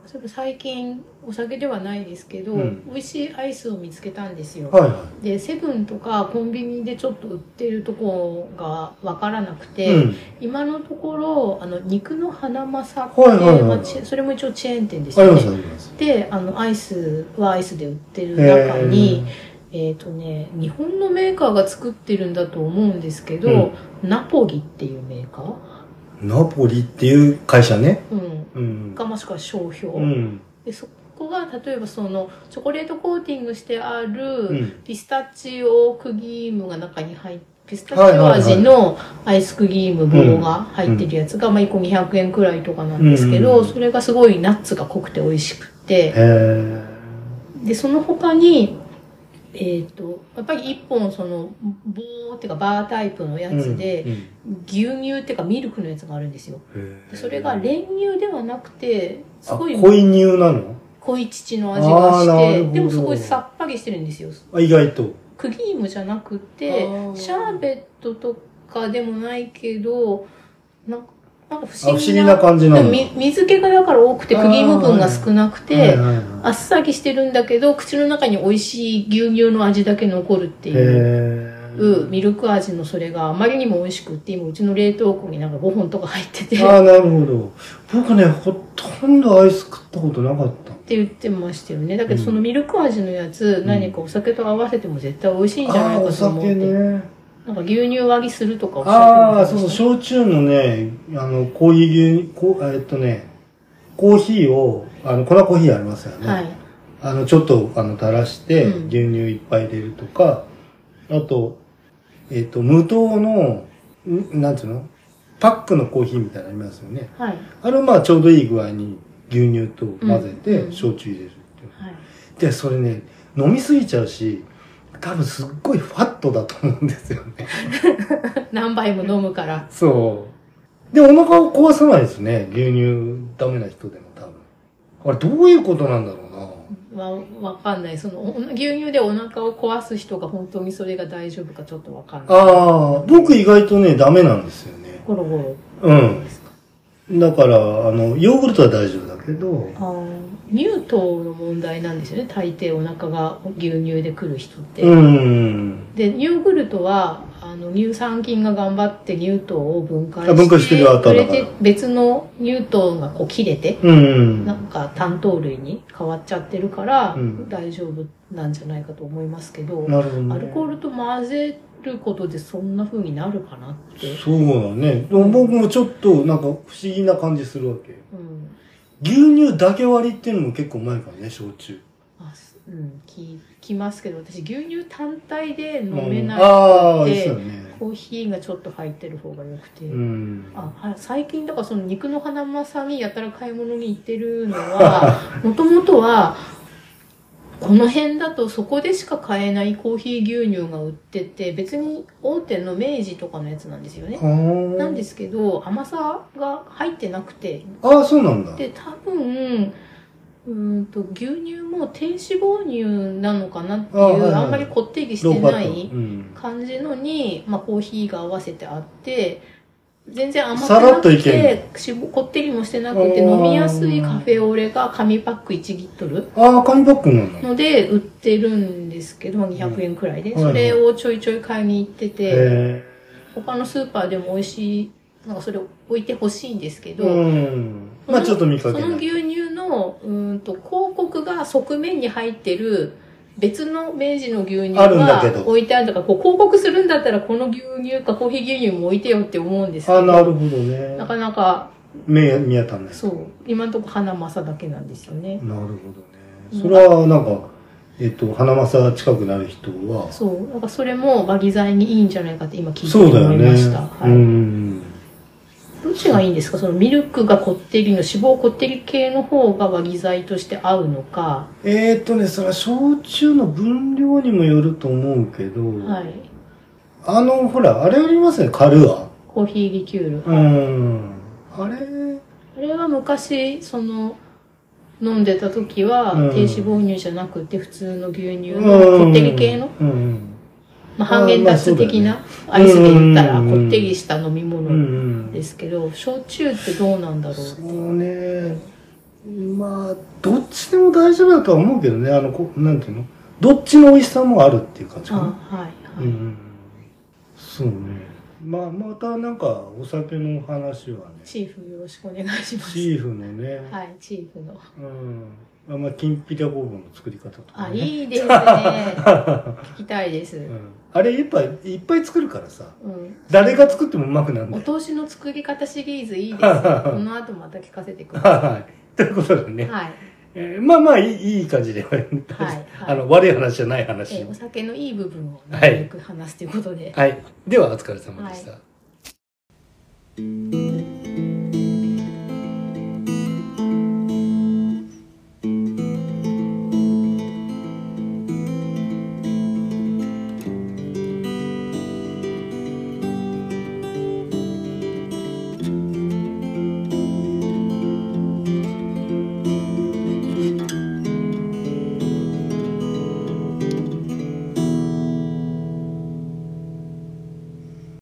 S2: それ最近、お酒ではないですけど、
S1: うん
S2: 美味しいアイスを見つけたんですよ。
S1: はいは
S2: で、セブンとかコンビニでちょっと売ってるとこがわからなく
S1: い。
S2: て、
S1: うん。
S2: 今のところ、あの、肉のハナマサって、
S1: はいはいはい
S2: まあチェそれも一応チェーン店です
S1: あり
S2: よ
S1: ますあ
S2: ね。
S1: ります。
S2: で、あの、アイスはアイスで売ってる
S1: え
S2: 中に、えっ、とね、日本のメーカーが作ってるんだと思うんですけど、ナポギっていうメーカー、
S1: ー、ナポリっていう会社ね。
S2: うん、
S1: うん。
S2: がもしくは商標、
S1: うん。
S2: でそこが例えばそのチョコレートコーティングしてあ
S1: う
S2: る
S1: ん。
S2: ピスタチオクリームが中に入ってピスタチオ味のアイスクリーム棒が入ってるやつが、まあ、1個200円くらいとかなんですけど、
S1: うん
S2: それがすごいナッツが濃くて美味しく
S1: へ
S2: て
S1: え。
S2: でその他にえっ、とやっぱり1本その棒っていうかバータイプのやつで、
S1: うん
S2: 牛乳っていうかミルクのやつがあるんですよ
S1: うん
S2: でそれが練乳ではなくてす
S1: あ、
S2: ごい
S1: 濃い乳なの
S2: 濃い乳の味が
S1: あー
S2: し
S1: なるほ
S2: て
S1: ど
S2: でもすごいさっぱりしてるんですよ
S1: あ意外と。
S2: クリームじゃなく
S1: あ
S2: て
S1: ー
S2: シャーベットとかでもないけどなんかなんか不
S1: あ不
S2: 思
S1: 思議
S2: 議な
S1: な感じな
S2: で
S1: の
S2: もみ水気がだから多くて
S1: あ
S2: ク
S1: ー
S2: リーム分が少なくて、
S1: はいはいはい
S2: あっさりしてるんだけど口の中に美味しい牛乳の味だけ残るっていう。
S1: へー
S2: ミルク味のそれがあまりにも美味しくって今うちの冷凍庫になんか5本とか入ってて
S1: ああ、なるほど。僕ね、ほとんどアイス食ったことなかった。
S2: って言ってましたよねだけど
S1: うん
S2: そのミルク味のやつ、
S1: ん
S2: 何かお酒と合わせても絶対美味しいんじゃ
S1: ああ
S2: ない
S1: ー、お
S2: かと思って、
S1: 酒ね。
S2: なんか牛乳割りするとかおっし
S1: あ
S2: ゃ
S1: あ、
S2: って
S1: そうそ
S2: ま
S1: う、
S2: したね
S1: 焼酎のね、あの、コーヒー牛、こうえっとね、コーヒーを、あの、粉コーヒーありますよね。
S2: はい
S1: あの、ちょっと、あの、垂らして、
S2: うん
S1: 牛乳いっぱい入れるとか、あと、えっ、と、無糖の、んなんていうのパックのコーヒーみたいなのありますよね。
S2: はい
S1: あれをまあちょうどいい具合に牛乳と混ぜ
S2: う
S1: て
S2: ん
S1: 焼酎入れるっていう
S2: はい
S1: で、それね、飲みすぎちゃうし、多分すっごいファットだと思うんですよ ね。
S2: 何杯も飲むから
S1: そう。で、お腹を壊さないですね。牛乳ダメな人でも多分。あれ、どういうことなんだろう
S2: わわかんないそのお牛乳でお腹を壊す人が本当にそれが大丈夫かちょっとわかんない
S1: な。ああ、僕意外とね、ダメなんですよね。
S2: ゴロゴ
S1: う
S2: ロ
S1: ん
S2: で。すか、
S1: だから、あの、ヨーグルトは大丈夫だけど、
S2: あー乳糖の問題なんですよね大抵お腹が牛乳で来る人って、
S1: うん。
S2: でヨーグルトはあの乳酸菌が頑張って乳糖を分解して
S1: あ分解してる後
S2: そ
S1: だ
S2: れ
S1: から
S2: で別の乳糖がこう切れて、
S1: うん。
S2: なんか単糖類に変わっちゃってるから、
S1: うん
S2: 大丈夫なんじゃないかと思いますけど、
S1: なるほど、ね。
S2: アルコールと混ぜることでそんな風になるかなって、
S1: そうだね。でも僕もちょっとなんか不思議な感じするわけ。
S2: うん
S1: 牛乳だけ割りっていうのも結構前からね、焼酎。
S2: あすうん、聞きますけど私牛乳単体で飲め
S1: うん
S2: な
S1: あ
S2: く
S1: あ、
S2: て
S1: そう、だね。
S2: コーヒーがちょっと入ってる方が良くて。
S1: うん。
S2: あは最近だからその肉のハナマサにやたら買い物に行ってるのは もともとはこの辺だとそこでしか買えないコーヒー牛乳が売ってて別に大手の明治とかのやつなんですよねな
S1: なん
S2: ですけど甘さが入ってなくて
S1: ああ、そうなんだ。
S2: で多分うーんと牛乳も低脂肪乳なのかなってい
S1: あはいはいう
S2: あんまりこってりして
S1: ロー
S2: な
S1: ファ
S2: い
S1: ットうん。
S2: 感じのに、まあ、コーヒーが合わせてあって、全然甘く
S1: さら
S2: な
S1: っと
S2: く
S1: いけ
S2: て、しぼこってりもしてなくて、
S1: あー
S2: 飲みやすいカフェオレが紙パック1リットル
S1: ああ、紙パックなんだ。
S2: ので売ってるんですけど、200円くらいで。
S1: はい
S2: それをちょいちょい買いに行ってて、
S1: へ
S2: 他のスーパーでも美味しい、なんかそれ置いてほしいんですけ
S1: え。
S2: ど、
S1: うん。まあちょっと見
S2: そ
S1: かけ
S2: の
S1: ない。
S2: 牛乳の、うーうんと、広告が側面に入ってる別の明治の牛乳
S1: あるんだけ
S2: が
S1: ど
S2: 置いてあるとか、こう広告するんだったらこの牛乳かコーヒー牛乳も置いてよって思うんですけ
S1: あ、
S2: ど、
S1: なるほどね
S2: な。かなか、
S1: 目、見当たんない。
S2: そう、今のところ花正だけなんですよね。
S1: なるほどね。それは、なんか、えっと、花正近くなる人は、
S2: そう、なんかそれもバギ材にいいんじゃないかって今聞いて
S1: そうだよ
S2: 思い
S1: ね。
S2: ました。
S1: う
S2: はい
S1: ん。
S2: どっちがいいんですかそのミルクがこってりの脂肪こってり系の方が和議剤として合うのか、
S1: えーっとね、それは焼酎の分量にもよると思うけど、
S2: はい、
S1: あの、ほら、あれありますね、カルア。
S2: コーヒーリキュール、
S1: う
S2: あ
S1: ん。あれ、
S2: れは昔その飲んでた時は
S1: うん
S2: 低脂肪乳じゃなくて普通の牛乳のこってり系の、
S1: うんうん
S2: まあ、半減脱的
S1: あ
S2: なアイスで言ったら
S1: うん
S2: こってりした飲み
S1: うんう
S2: 物
S1: ん
S2: ですけど焼酎ってどうなんだろう
S1: そうねまあどっちでも大丈夫だとは思うけどねあのこなんていうのどっちの美味しさもあるっていう感じ
S2: あ
S1: かな
S2: はい
S1: うんう
S2: はい、
S1: んそうねまあまたなんかお酒の話はね
S2: チーフよろしくお願いします
S1: チーフのね、
S2: はいチーフの
S1: うんあまあきんぴらごぼうの作り方とか、
S2: あ
S1: ね、
S2: いいですね 聞きたいです、
S1: うん、あれいっぱいいっぱい作るからさ
S2: うん
S1: 誰が作ってもうまくなるんだ
S2: お
S1: よ
S2: 通しの作り方シリーズいいです ね。この後また聞かせてくださ
S1: はいということで
S2: い。
S1: ね、
S2: はい。
S1: えーまあまあいいいい感じで、
S2: はい。
S1: あの悪い話じゃない
S2: え
S1: 話、
S2: ーお酒のいい部分を
S1: は
S2: ないるべく話すということで。
S1: はい。では、お疲れ様でした。
S2: は